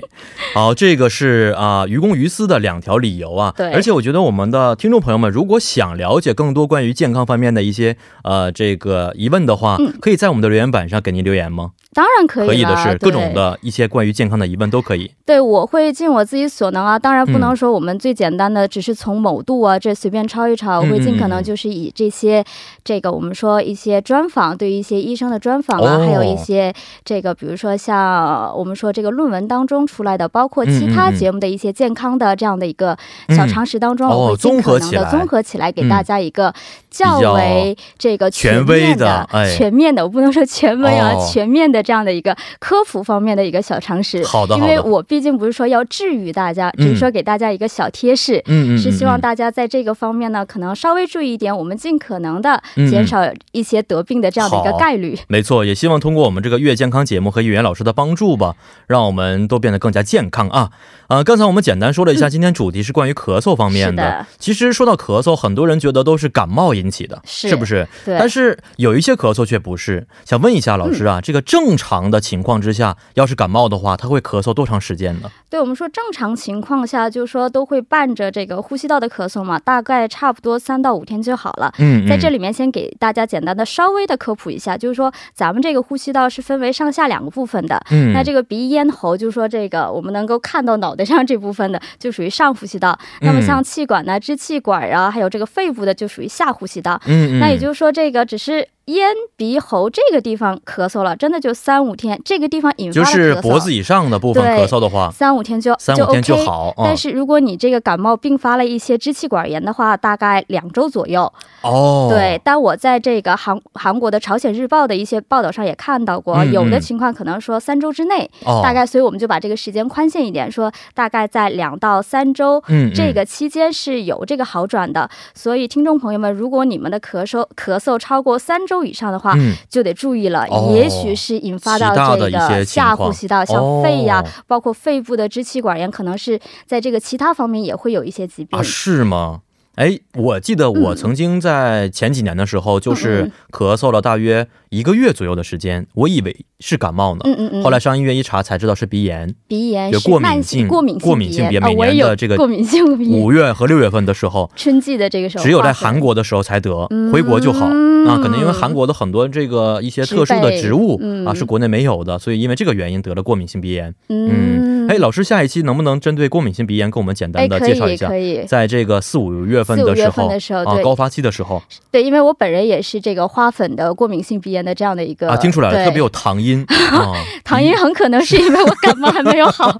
Speaker 1: 好，这个是啊、于公于私的两条理由啊。
Speaker 8: 对
Speaker 1: 而且我觉得我们的听众朋友们，如果想了解更多关于健康方面的一些呃这个疑问的话、可以在我们的留言板上给您留言吗？
Speaker 8: 当然嗯可以了，
Speaker 1: 以的是各种
Speaker 8: 对
Speaker 1: 的一些关于健康的疑问都可以。
Speaker 8: 对，我会尽我自己所能啊，当然
Speaker 1: 嗯
Speaker 8: 不能说我们最简单的只是从某度啊、这随便抄一抄，我会尽
Speaker 1: 嗯
Speaker 8: 可能就是以这些、这个我们说一些专访，对于一些医生的专访啊，
Speaker 1: 哦
Speaker 8: 还有一些这个比如说像我们说这个论文当中出来的，包括其
Speaker 1: 嗯
Speaker 8: 他
Speaker 1: 嗯嗯
Speaker 8: 节目的一些健康的这样的一个小常识当中，
Speaker 1: 嗯
Speaker 8: 我
Speaker 1: 哦
Speaker 8: 会尽可能
Speaker 1: 综合起
Speaker 8: 的
Speaker 1: 来嗯
Speaker 8: 综合起来给大家一个较
Speaker 1: 比较
Speaker 8: 为这个
Speaker 1: 权威
Speaker 8: 面
Speaker 1: 的哎
Speaker 8: 全面的，我不能说权威啊，
Speaker 1: 哦
Speaker 8: 全面的这样的一个科普方面的一个小常识。
Speaker 1: 好的
Speaker 8: 因
Speaker 1: 好的
Speaker 8: 为我毕竟不是说要治愈大家，只是说给大家一个小贴士。
Speaker 1: 嗯
Speaker 8: 是希望大家在这个方面呢，可能稍微注意一点，我们尽可能的减少一些得病的这样的一个
Speaker 1: 嗯好
Speaker 8: 概率。
Speaker 1: 没错，也希望通过我们这个月健康节目和语言老师的帮助吧，让我们都变得更加健康啊！啊，刚才我们简单说了一下，今天主题是关于咳嗽方面的。
Speaker 8: 嗯是的
Speaker 1: 其实说到咳嗽，很多人觉得都是感冒引起的，
Speaker 8: 是
Speaker 1: 不是？
Speaker 8: 对
Speaker 1: 但是有一些咳嗽却不是。想问一下老师
Speaker 8: 嗯
Speaker 1: 啊，这个正常的情况之下，要是感冒的话，他会咳嗽多长时间呢？
Speaker 8: 对我们说，正常情况下，就是说都会伴着这个呼吸道的咳嗽嘛，大概差不多三到五天就好了。
Speaker 1: 嗯，
Speaker 8: 在这
Speaker 1: 里，
Speaker 8: 里面先给大家简单的稍微的科普一下，就是说咱们这个呼吸道是分为上下两个部分的。
Speaker 1: 嗯，
Speaker 8: 那这个鼻咽喉，就是说这个我们能够看到脑袋上这部分的， <laughs> 就属于上呼吸道。那
Speaker 1: 嗯
Speaker 8: 么像气管呢、支气管啊，还有这个肺部的，就属于下呼吸道。
Speaker 1: 嗯，嗯，
Speaker 8: 那也就是说，这个只是咽鼻喉这个地方咳嗽了，真的就三五天，这个地方引发
Speaker 1: 就
Speaker 8: 了咳嗽，
Speaker 1: 是脖子以上的部分
Speaker 8: 对
Speaker 1: 咳嗽的话，
Speaker 8: 三五天就
Speaker 1: 三五天就
Speaker 8: OK。
Speaker 1: 好。嗯
Speaker 8: 但是如果你这个感冒并发了一些支气管炎的话，大概两周左右。
Speaker 1: 嗯、哦，
Speaker 8: 对，，但我在这个韩韩国的《朝鲜日报》的一些报道上也看到过，
Speaker 1: 嗯嗯
Speaker 8: 有的情况可能说三周之内，
Speaker 1: 哦，
Speaker 8: 大概，所以我们就把这个时间宽限一点，说大概在两到三周。
Speaker 1: 嗯，嗯
Speaker 8: 这个期间是有这个好转的，所以听众朋友们，如果你们的咳嗽咳嗽超过三周以上的话，
Speaker 1: 嗯
Speaker 8: 就得注意了，
Speaker 1: 哦
Speaker 8: 也许是引发
Speaker 1: 其他
Speaker 8: 到
Speaker 1: 的
Speaker 8: 这
Speaker 1: 一些
Speaker 8: 个
Speaker 1: 情
Speaker 8: 下
Speaker 1: 况
Speaker 8: 呼吸道，像肺呀、
Speaker 1: 哦
Speaker 8: 包括肺部的支气管炎，可能是在这个其他方面也会有一些疾病。
Speaker 1: 啊，是吗？哎，我记得
Speaker 8: 嗯
Speaker 1: 我曾经在前几年的时候，就是咳嗽了大约一个月左右的时间，我以为是感冒呢。
Speaker 8: 嗯嗯嗯。
Speaker 1: 后来上医院一查，才知道是鼻炎。
Speaker 8: 鼻炎
Speaker 1: 有
Speaker 8: 是
Speaker 1: 过敏
Speaker 8: 慢
Speaker 1: 性
Speaker 8: 性过敏
Speaker 1: 过敏性
Speaker 8: 性
Speaker 1: 鼻炎
Speaker 8: 啊
Speaker 1: 每
Speaker 8: 我
Speaker 1: 年
Speaker 8: 也有
Speaker 1: 的这个
Speaker 8: 过敏性鼻炎
Speaker 1: 五，月和六月份的时候，
Speaker 8: 春季的这个时候
Speaker 1: 只有在
Speaker 8: 划分
Speaker 1: 韩国的时候才得，回国就好。
Speaker 8: 嗯
Speaker 1: 啊，可能因为韩国的很多这个一些特殊的植物
Speaker 8: 嗯
Speaker 1: 啊是国内没有的，所以因为这个原因得了过敏性鼻炎。嗯，哎，老师，下一期能不能针对过敏性鼻炎给我们简
Speaker 8: 哎
Speaker 1: 单的
Speaker 8: 可
Speaker 1: 介绍一
Speaker 8: 以
Speaker 1: 下
Speaker 8: 可？以
Speaker 1: 在这个四五月份的
Speaker 8: 四五
Speaker 1: 时
Speaker 8: 月份
Speaker 1: 候
Speaker 8: 的时候
Speaker 1: 啊，
Speaker 8: 对
Speaker 1: 高发期的时候
Speaker 8: 对，因为我本人也是这个花粉的过敏性鼻炎的这样的一个
Speaker 1: 啊，听出来了，
Speaker 8: 对
Speaker 1: 特别有糖
Speaker 8: <laughs>
Speaker 1: 音啊。
Speaker 8: 糖音很可能是因为我感冒还没有
Speaker 1: <laughs>
Speaker 8: 好，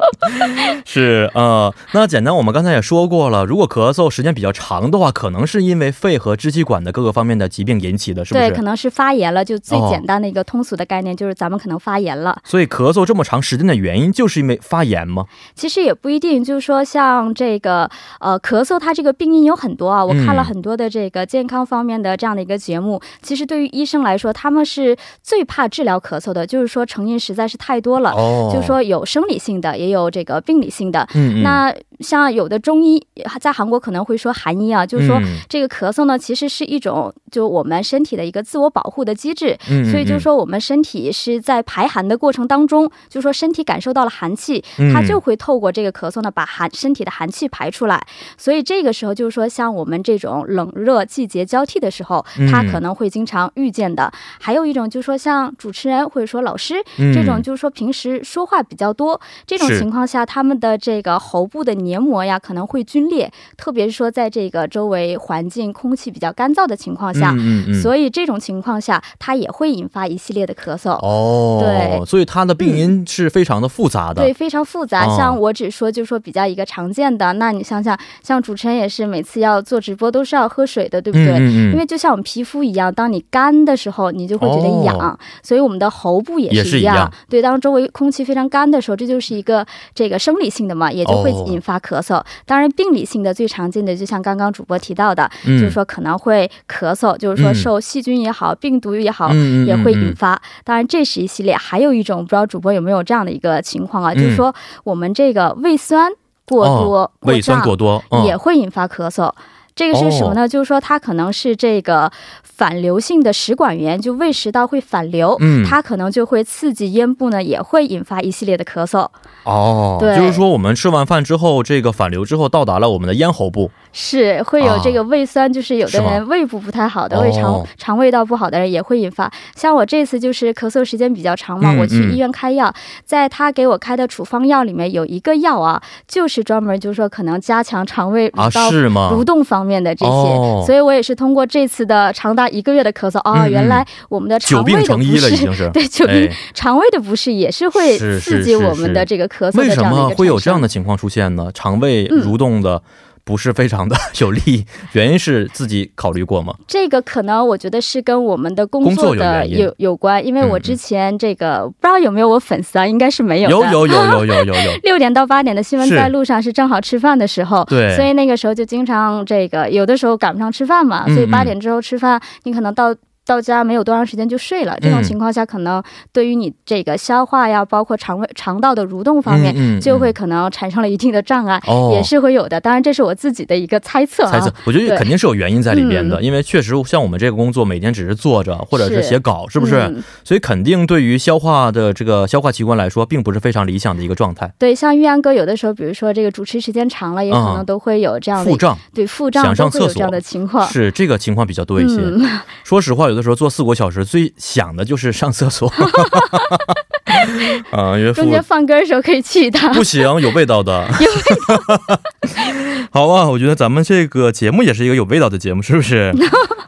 Speaker 1: 是呃，那简单，我们刚才也说过了，如果咳嗽时间比较长的话，可能是因为肺和支气管的各个方面的疾病引起的，是不
Speaker 8: 对，可
Speaker 1: 是？
Speaker 8: 能是发炎了。就最
Speaker 1: 哦
Speaker 8: 简单的一个通俗的概念就是咱们可能发炎了。
Speaker 1: 所以咳嗽这么长时间的原因，就是因为发炎钱吗？
Speaker 8: 其实也不一定，就是说像这个呃咳嗽，它这个病因有很多啊。我
Speaker 1: 嗯
Speaker 8: 看了很多的这个健康方面的这样的一个节目，其实对于医生来说，他们是最怕治疗咳嗽的，就是说成因实在是太多了，
Speaker 1: 哦
Speaker 8: 啊就是说有生理性的，也有这个病理性的。
Speaker 1: 嗯嗯，
Speaker 8: 那像有的中医在韩国可能会说韩医啊，就是说
Speaker 1: 嗯
Speaker 8: 这个咳嗽呢，其实是一种就我们身体的一个自我保护的机制。
Speaker 1: 嗯嗯
Speaker 8: 所以就是说我们身体是在排寒的过程当中，就说身体感受到了寒气，
Speaker 1: 嗯
Speaker 8: 它就会透过这个咳嗽呢，把寒身体的寒气排出来。所以这个时候就是说，像我们这种冷热季节交替的时候
Speaker 1: 嗯，
Speaker 8: 它可能会经常遇见的。还有一种就是说，像主持人或者说老师
Speaker 1: 嗯
Speaker 8: 这种，就是说平时说话比较多，这种
Speaker 1: 是
Speaker 8: 情况下，他们的这个喉部的黏膜呀可能会皲裂，特别是说在这个周围环境空气比较干燥的情况下，
Speaker 1: 嗯嗯嗯，以
Speaker 8: 所以这种情况下，它也会引发一系列的咳嗽。
Speaker 1: 哦，
Speaker 8: 对嗯
Speaker 1: 所以它的病因是非常的复杂的，
Speaker 8: 对，非常复杂。
Speaker 1: 哦
Speaker 8: 像我只说，就说比较一个常见的。那你想想，像主持人也是每次要做直播都是要喝水的，对不对？
Speaker 1: 嗯嗯嗯
Speaker 8: 因为就像我们皮肤一样，当你干的时候，你就会觉得痒，
Speaker 1: 哦
Speaker 8: 所以我们的喉部也
Speaker 1: 也是
Speaker 8: 是
Speaker 1: 一样
Speaker 8: 对，当周围空气非常干的时候，这就是一个这个生理性的嘛，也就会
Speaker 1: 哦
Speaker 8: 引发咳嗽。当然，病理性的最常见的，就像刚刚主播提到的，
Speaker 1: 嗯
Speaker 8: 就是说可能会咳嗽，就是说
Speaker 1: 嗯
Speaker 8: 受细菌也好，病毒也好，
Speaker 1: 嗯嗯嗯
Speaker 8: 也会
Speaker 1: 嗯
Speaker 8: 引发。当然，这是一系列。还有一种，不知道主播有没有这样的一个情况啊，就是说我们这个胃酸过多、
Speaker 1: 嗯哦胃酸过
Speaker 8: 胀
Speaker 1: 多，嗯哦
Speaker 8: 也会引发咳嗽。这个是什么呢？就是说它可能是这个反流性的食管炎，就胃食道会反流，
Speaker 1: 嗯
Speaker 8: 它可能就会刺激咽部呢，也会引发一系列的咳嗽。
Speaker 1: 哦，
Speaker 8: 对
Speaker 1: 就是说我们吃完饭之后，这个反流之后到达了我们的咽喉部，
Speaker 8: 是会有这
Speaker 1: 啊
Speaker 8: 个胃酸，就是有
Speaker 1: 是
Speaker 8: 的
Speaker 1: 吗
Speaker 8: 人胃部不太好的，
Speaker 1: 哦
Speaker 8: 胃肠肠胃道不好的人也会引发。像我这次就是咳嗽时间比较长嘛
Speaker 1: 嗯，
Speaker 8: 我去
Speaker 1: 嗯
Speaker 8: 医院开药，在他给我开的处方药里面有一个药啊，就是专门就是说可能加强肠胃
Speaker 1: 啊
Speaker 8: 蠕道
Speaker 1: 是吗
Speaker 8: 蠕动方面的这
Speaker 1: 哦
Speaker 8: 些，所以我也是通过这次的长达一个月的咳嗽，哦，
Speaker 1: 嗯嗯
Speaker 8: 原来我们的
Speaker 1: 久
Speaker 8: 肠胃
Speaker 1: 病
Speaker 8: 的
Speaker 1: 成
Speaker 8: 不
Speaker 1: 医了，已
Speaker 8: 适
Speaker 1: 经。是。
Speaker 8: <laughs> 对，久病
Speaker 1: 哎
Speaker 8: 肠胃的不适也是会
Speaker 1: 是是
Speaker 8: 刺激
Speaker 1: 是
Speaker 8: 我们
Speaker 1: 是
Speaker 8: 的这个咳嗽
Speaker 1: 为
Speaker 8: 的这
Speaker 1: 什
Speaker 8: 样的一
Speaker 1: 么
Speaker 8: 个嗯
Speaker 1: 会有
Speaker 8: 产
Speaker 1: 这样
Speaker 8: 生
Speaker 1: 的情况出现呢？肠胃蠕动的不是非常的 <laughs> 有力，原因是自己考虑过吗？
Speaker 8: 这个可能我觉得是跟我们的工
Speaker 1: 工作
Speaker 8: 作
Speaker 1: 有
Speaker 8: 的
Speaker 1: 原因嗯
Speaker 8: 有有关，因为我之前这个、不知道有没有我粉丝啊，应该是没的。
Speaker 1: 有有有有有有
Speaker 8: <laughs>
Speaker 1: 有
Speaker 8: 六点到八点的新闻
Speaker 1: 是
Speaker 8: 在路上是正好吃饭的时候，
Speaker 1: 对
Speaker 8: 所以那个时候就经常这个，有的时候赶不上吃饭嘛，
Speaker 1: 嗯
Speaker 8: 所以
Speaker 1: 嗯
Speaker 8: 八点之后吃饭，你可能到到家没有多长时间就睡
Speaker 1: 嗯
Speaker 8: 了。这种情况下，可能对于你这个消化呀，包括肠胃肠道的蠕动方面，
Speaker 1: 嗯嗯嗯
Speaker 8: 就会可能产生了一定的障碍，
Speaker 1: 哦
Speaker 8: 也是会有的。当然，这是我自己的一个猜测啊，
Speaker 1: 猜测，我觉得
Speaker 8: 对嗯
Speaker 1: 肯定是有原因在里边的，因为确实像我们这个工作，每天只是坐着或者是
Speaker 8: 是
Speaker 1: 写稿，是不是
Speaker 8: 嗯？
Speaker 1: 所以肯定对于消化的这个消化器官来说，并不是非常理想的一个状态，
Speaker 8: 对，像玉安哥有的时候，比如说这个主持时间长了，也可能都会有这样的、
Speaker 1: 腹胀。
Speaker 8: 对腹
Speaker 1: 啊想
Speaker 8: 胀
Speaker 1: 上
Speaker 8: 都会有
Speaker 1: 厕所
Speaker 8: 这样的情况。
Speaker 1: 是这个情况比较多一些。
Speaker 8: 嗯
Speaker 1: <laughs> 说实话，有的时候坐四五个小时，最想的就是上厕所。 <laughs> 啊、因为
Speaker 8: 中
Speaker 1: 腹
Speaker 8: 间放歌的时候可以去一 <laughs> 趟。
Speaker 1: 不行，有味道的。 <laughs> 好啊，我觉得咱们这个节目也是一个有味道的节目，是不
Speaker 8: <laughs>
Speaker 1: 是？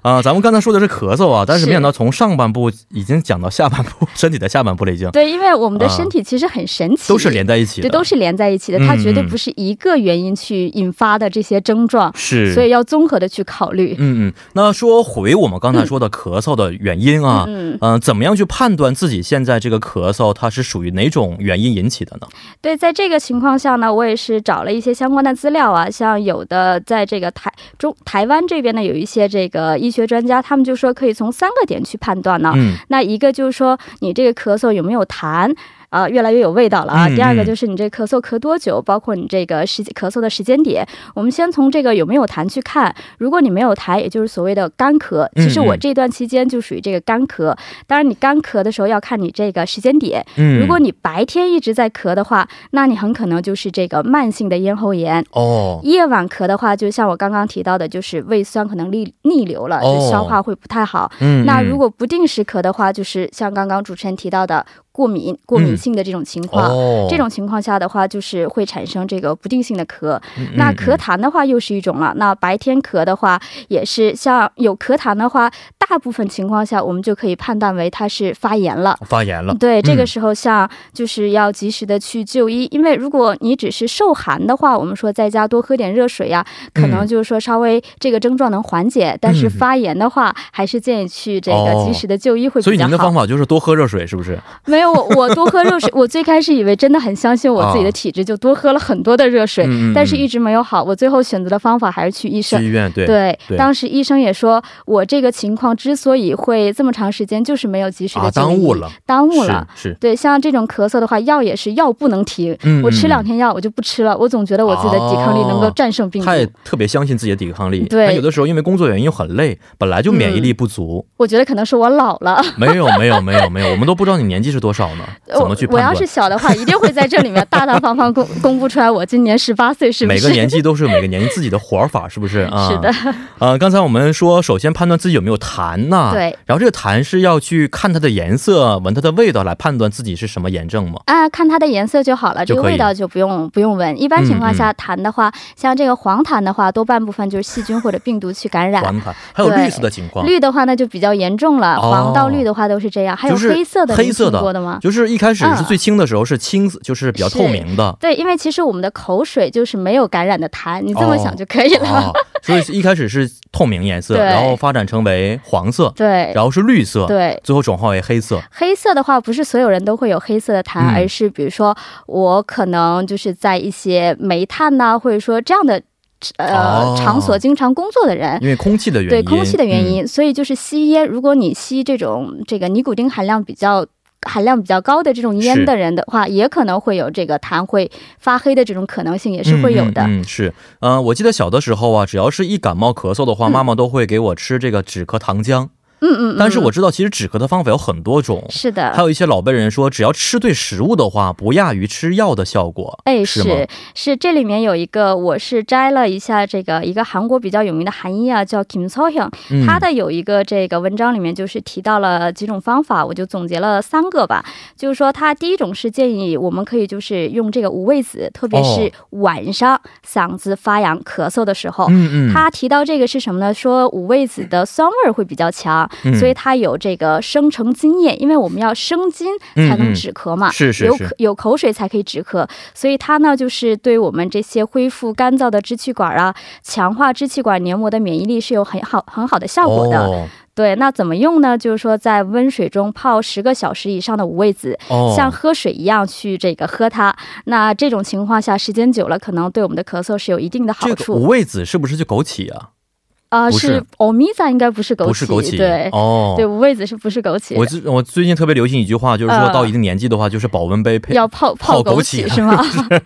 Speaker 1: 啊，咱们刚才说的是咳嗽啊，但是
Speaker 8: 是
Speaker 1: 没想到从上半部已经讲到下半部， <laughs> 身体的下半部了，已经
Speaker 8: 对，因为我们的
Speaker 1: 啊
Speaker 8: 身体其实很神奇，
Speaker 1: 都是连在一起的，
Speaker 8: 对，都是连在一起的，它
Speaker 1: 嗯
Speaker 8: 绝对
Speaker 1: 嗯
Speaker 8: 不是一个原因去引发的这些症状，
Speaker 1: 是
Speaker 8: 所以要综合的去考虑。
Speaker 1: 嗯嗯，那说回我们刚才说的咳嗽的原因啊，
Speaker 8: 嗯
Speaker 1: 呃怎么样去判断自己现在这个咳嗽它是属于哪种原因引起的呢？
Speaker 8: 对，在这个情况下呢，我也是找了一些相关的资料啊，像有的在这个台中台湾这边呢，有一些这个医学专家，他们就说可以从三个点去判断呢。
Speaker 1: 嗯，
Speaker 8: 那一个就是说你这个咳嗽有没有痰。啊、越来越有味道了啊！
Speaker 1: 嗯
Speaker 8: 第二个
Speaker 1: 嗯
Speaker 8: 就是你这咳嗽咳多久，包括你这个时间咳嗽的时间点。我们先从这个有没有痰去看，如果你没有痰，也就是所谓的干咳，其实我
Speaker 1: 嗯
Speaker 8: 这段期间就属于这个干咳。当然，你干咳的时候要看你这个时间点。
Speaker 1: 嗯
Speaker 8: 如果你白天一直在咳的话，那你很可能就是这个慢性的咽喉炎。
Speaker 1: 哦，
Speaker 8: 夜晚咳的话，就像我刚刚提到的，就是胃酸可能逆逆流了，
Speaker 1: 哦
Speaker 8: 就消化会不太好。
Speaker 1: 嗯，
Speaker 8: 那
Speaker 1: 嗯
Speaker 8: 如果不定时咳的话，就是像刚刚主持人提到的过敏、过敏性的这种情况。
Speaker 1: 哦
Speaker 8: 这种情况下的话，就是会产生这个不定性的咳。
Speaker 1: 嗯嗯
Speaker 8: 那咳痰的话又是一种了。那白天咳的话，也是像有咳痰的话，大部分情况下我们就可以判断为它是发炎了。
Speaker 1: 发炎了，
Speaker 8: 对，这
Speaker 1: 嗯
Speaker 8: 个时候像就是要及时的去就医，因为如果你只是受寒的话，我们说在家多喝点热水呀、可
Speaker 1: 嗯
Speaker 8: 能就是说稍微这个症状能缓解，但是发炎的话，还是建议去这个
Speaker 1: 哦
Speaker 8: 及时的就医会比较好。
Speaker 1: 所以您的方法就是多喝热水，是不是？
Speaker 8: 没没有，我我多喝
Speaker 1: <laughs>
Speaker 8: 热水。我最开始以为真的很相信我自己的体质，就多喝了很多的热水，
Speaker 1: 啊嗯嗯嗯
Speaker 8: 但是一直没有好。我最后选择的方法还是去医
Speaker 1: 去医
Speaker 8: 生。
Speaker 1: 院对
Speaker 8: 对
Speaker 1: 对
Speaker 8: 当时医生也说，我这个情况之所以会这么长时间，就是没有及时的、
Speaker 1: 啊，耽误，了，
Speaker 8: 耽误了。
Speaker 1: 是是，
Speaker 8: 对，像这种咳嗽的话，药也是药不能停。
Speaker 1: 嗯
Speaker 8: 我吃
Speaker 1: 嗯哦
Speaker 8: 两天药，我就不吃了。我总觉得我自己的抵抗力能够战胜病毒。
Speaker 1: 他也特别相信自己的抵抗力，
Speaker 8: 对嗯
Speaker 1: 他有的时候因为工作原因很累，本来就免疫力不足。
Speaker 8: 我觉得可能是我老了。
Speaker 1: 没有没有没有没有，我们都不知道你年纪是多少呢， <laughs> 怎么去
Speaker 8: 呃我？我
Speaker 1: 判
Speaker 8: 要是
Speaker 1: 断？
Speaker 8: 小的话，一定会在这里面大大方方公公布出来，我今年十八岁，是不
Speaker 1: 每
Speaker 8: 是？
Speaker 1: 个年纪都是有每个年纪自己的活法，是不
Speaker 8: <laughs>
Speaker 1: 是啊？
Speaker 8: 是的。
Speaker 1: 呃，刚才我们说，首先判断自己有没有痰呐、
Speaker 8: 对。
Speaker 1: 然后这个痰是要去看它的颜色、闻它的味道来判断自己是什么炎症吗？
Speaker 8: <laughs> 啊，看它的颜色就好了，
Speaker 1: 就
Speaker 8: 这个
Speaker 1: 可以嗯
Speaker 8: 味道就不用不用闻。一般情况下，痰的话，像这个黄痰的话，多半部分就是细菌或者病毒去感染。
Speaker 1: 黄痰，还有
Speaker 8: 对
Speaker 1: 绿色的情况。
Speaker 8: 绿的话那就比较严重了，
Speaker 1: 哦
Speaker 8: 黄到绿的话都是这样。还有
Speaker 1: 就是
Speaker 8: 黑色的，
Speaker 1: 黑色
Speaker 8: 你
Speaker 1: 的
Speaker 8: 听过的吗？
Speaker 1: 就是一开始是
Speaker 8: 嗯
Speaker 1: 最轻的时候是青色，就是比较透明的。
Speaker 8: 对，因为其实我们的口水就是没有感染的痰，你这么想就可以了。
Speaker 1: 啊，所以一开始是透明颜色，
Speaker 8: 对
Speaker 1: 然后发展成为黄色，
Speaker 8: <laughs> 对
Speaker 1: 然后是绿色，
Speaker 8: 对，
Speaker 1: 最后转化为黑色。
Speaker 8: 黑色的话，不是所有人都会有黑色的痰，
Speaker 1: 嗯
Speaker 8: 而是比如说我可能就是在一些煤炭呐、或者说这样的呃、
Speaker 1: 哦
Speaker 8: 场所经常工作的人。
Speaker 1: 因为空气的原因，
Speaker 8: 对空气的原
Speaker 1: 嗯
Speaker 8: 因、所以就是吸烟，如果你吸这种这个尼古丁含量比较含量比较高的这种烟
Speaker 1: 是
Speaker 8: 的人的话，也可能会有这个痰会发黑的这种可能性，也是会有的。
Speaker 1: 嗯嗯嗯是，嗯、我记得小的时候啊，只要是一感冒咳嗽的话，妈妈都会给我吃这个止咳糖浆。
Speaker 8: 嗯嗯嗯
Speaker 1: 但是我知道，其实止咳的方法有很多种，
Speaker 8: 是的，
Speaker 1: 还有一些老辈人说，只要吃对食物的话，不亚于吃药的效果。
Speaker 8: 哎，
Speaker 1: 是吗
Speaker 8: 是是，这里面有一个，我是摘了一下这个一个韩国比较有名的韩医啊，叫 Kim So Hyun，、
Speaker 1: 嗯
Speaker 8: 他的有一个这个文章里面就是提到了几种方法，我就总结了三个吧。就是说，他第一种是建议我们可以就是用这个五味子，特别
Speaker 1: 哦
Speaker 8: 是晚上嗓子发痒、咳嗽的时候。
Speaker 1: 嗯嗯，
Speaker 8: 他提到这个是什么呢？说五味子
Speaker 1: <laughs>
Speaker 8: 的酸味儿会比较强，
Speaker 1: 嗯
Speaker 8: 所以它有这个生成津液，因为我们要生津才
Speaker 1: 嗯嗯
Speaker 8: 能止咳嘛，
Speaker 1: 是是
Speaker 8: 有
Speaker 1: 是
Speaker 8: 口有口水才可以止咳，所以它呢就是对我们这些恢复干燥的支气管啊，强化支气管黏膜的免疫力是有很好很好的效果的。
Speaker 1: 哦
Speaker 8: 对，那怎么用呢？就是说在温水中泡十个小时以上的五味子，
Speaker 1: 哦，
Speaker 8: 像喝水一样去这个喝它。那这种情况下，时间久了可能对我们的咳嗽是有一定的好
Speaker 1: 这个
Speaker 8: 处。
Speaker 1: 五味子是不是就枸杞啊？
Speaker 8: 啊，
Speaker 1: 不是
Speaker 8: 是欧米伽，应该不是枸杞，
Speaker 1: 不是枸杞，
Speaker 8: 对、
Speaker 1: 哦，
Speaker 8: 对，。五味子是不是枸杞？
Speaker 1: 我最我最近特别流行一句话，就是说
Speaker 8: 呃
Speaker 1: 到一定年纪的话，就是保温杯配，
Speaker 8: 要泡
Speaker 1: 泡枸
Speaker 8: 枸
Speaker 1: 杞啊
Speaker 8: 杞是吗？
Speaker 1: <laughs>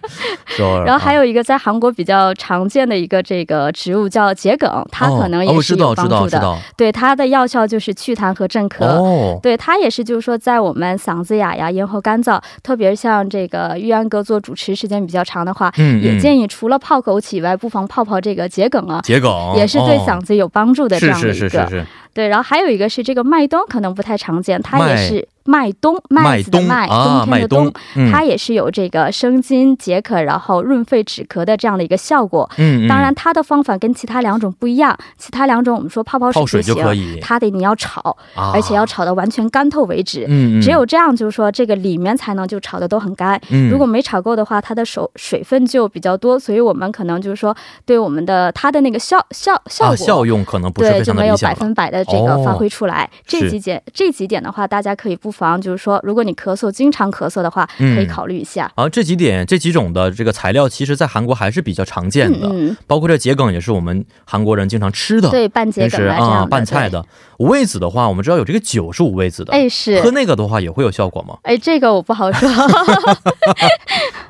Speaker 1: 是吧啊
Speaker 8: 然后还有一个在韩国比较常见的一个这个植物叫桔梗，它可能
Speaker 1: 哦哦
Speaker 8: 也
Speaker 1: 我
Speaker 8: 是
Speaker 1: 知道
Speaker 8: 有帮
Speaker 1: 知
Speaker 8: 助
Speaker 1: 道知
Speaker 8: 的。
Speaker 1: 道
Speaker 8: 对，它的药效就是祛痰和镇咳。
Speaker 1: 哦，
Speaker 8: 对，它也是，就是说，在我们嗓子哑呀、咽喉干燥，特别是像这个玉安哥做主持时间比较长的话，
Speaker 1: 嗯
Speaker 8: 也
Speaker 1: 嗯
Speaker 8: 建议除了泡枸杞以外，不妨泡泡这个桔梗啊，
Speaker 1: 桔梗
Speaker 8: 也是对嗓
Speaker 1: 子
Speaker 8: 子有帮助的这
Speaker 1: 哦是
Speaker 8: 样的一
Speaker 1: 是
Speaker 8: 个。
Speaker 1: 是是是
Speaker 8: 对，然后还有一个是这个麦冬，可能不太常见，它也
Speaker 1: 麦
Speaker 8: 是麦冬，麦子的
Speaker 1: 冬
Speaker 8: 麦，
Speaker 1: 啊，
Speaker 8: 冬天
Speaker 1: 麦
Speaker 8: 的冬。
Speaker 1: 冬，嗯
Speaker 8: 它也是有这个生津解渴，然后润肺止咳的这样的一个效果。
Speaker 1: 嗯，嗯
Speaker 8: 当然，它的方法跟其他两种不一样，其他两种我们说泡泡水
Speaker 1: 泡水
Speaker 8: 不行
Speaker 1: 就可以
Speaker 8: 它得你要炒，
Speaker 1: 啊
Speaker 8: 而且要炒到完全干透为止。
Speaker 1: 嗯嗯
Speaker 8: 只有这样，就是说这个里面才能就炒的都很干。
Speaker 1: 嗯
Speaker 8: 如果没炒够的话，它的手水分就比较多，所以我们可能就是说对我们的它的那个效效效
Speaker 1: 啊
Speaker 8: 果
Speaker 1: 效用可能不是非
Speaker 8: 对，就
Speaker 1: 常的
Speaker 8: 没有
Speaker 1: 理想
Speaker 8: 百
Speaker 1: 了。哦
Speaker 8: 分百的这个发挥出来。
Speaker 1: 是
Speaker 8: 这几点，这几点的话，大家可以不妨就是说，如果你咳嗽经常咳嗽的话，
Speaker 1: 嗯
Speaker 8: 可以考虑一下。
Speaker 1: 啊，这几点这几种的这个材料，其实在韩国还是比较常见的，
Speaker 8: 嗯嗯
Speaker 1: 包括这桔梗也是我们韩国人经常吃的，
Speaker 8: 对，拌桔
Speaker 1: 平时
Speaker 8: 梗啊这样
Speaker 1: 啊
Speaker 8: 的
Speaker 1: 拌菜。的。五味子的话，我们知道有这个酒是五味子的，
Speaker 8: 对哎，是
Speaker 1: 喝。那个的话也会有效果吗？
Speaker 8: 哎，这个我不
Speaker 1: <laughs>
Speaker 8: 好说，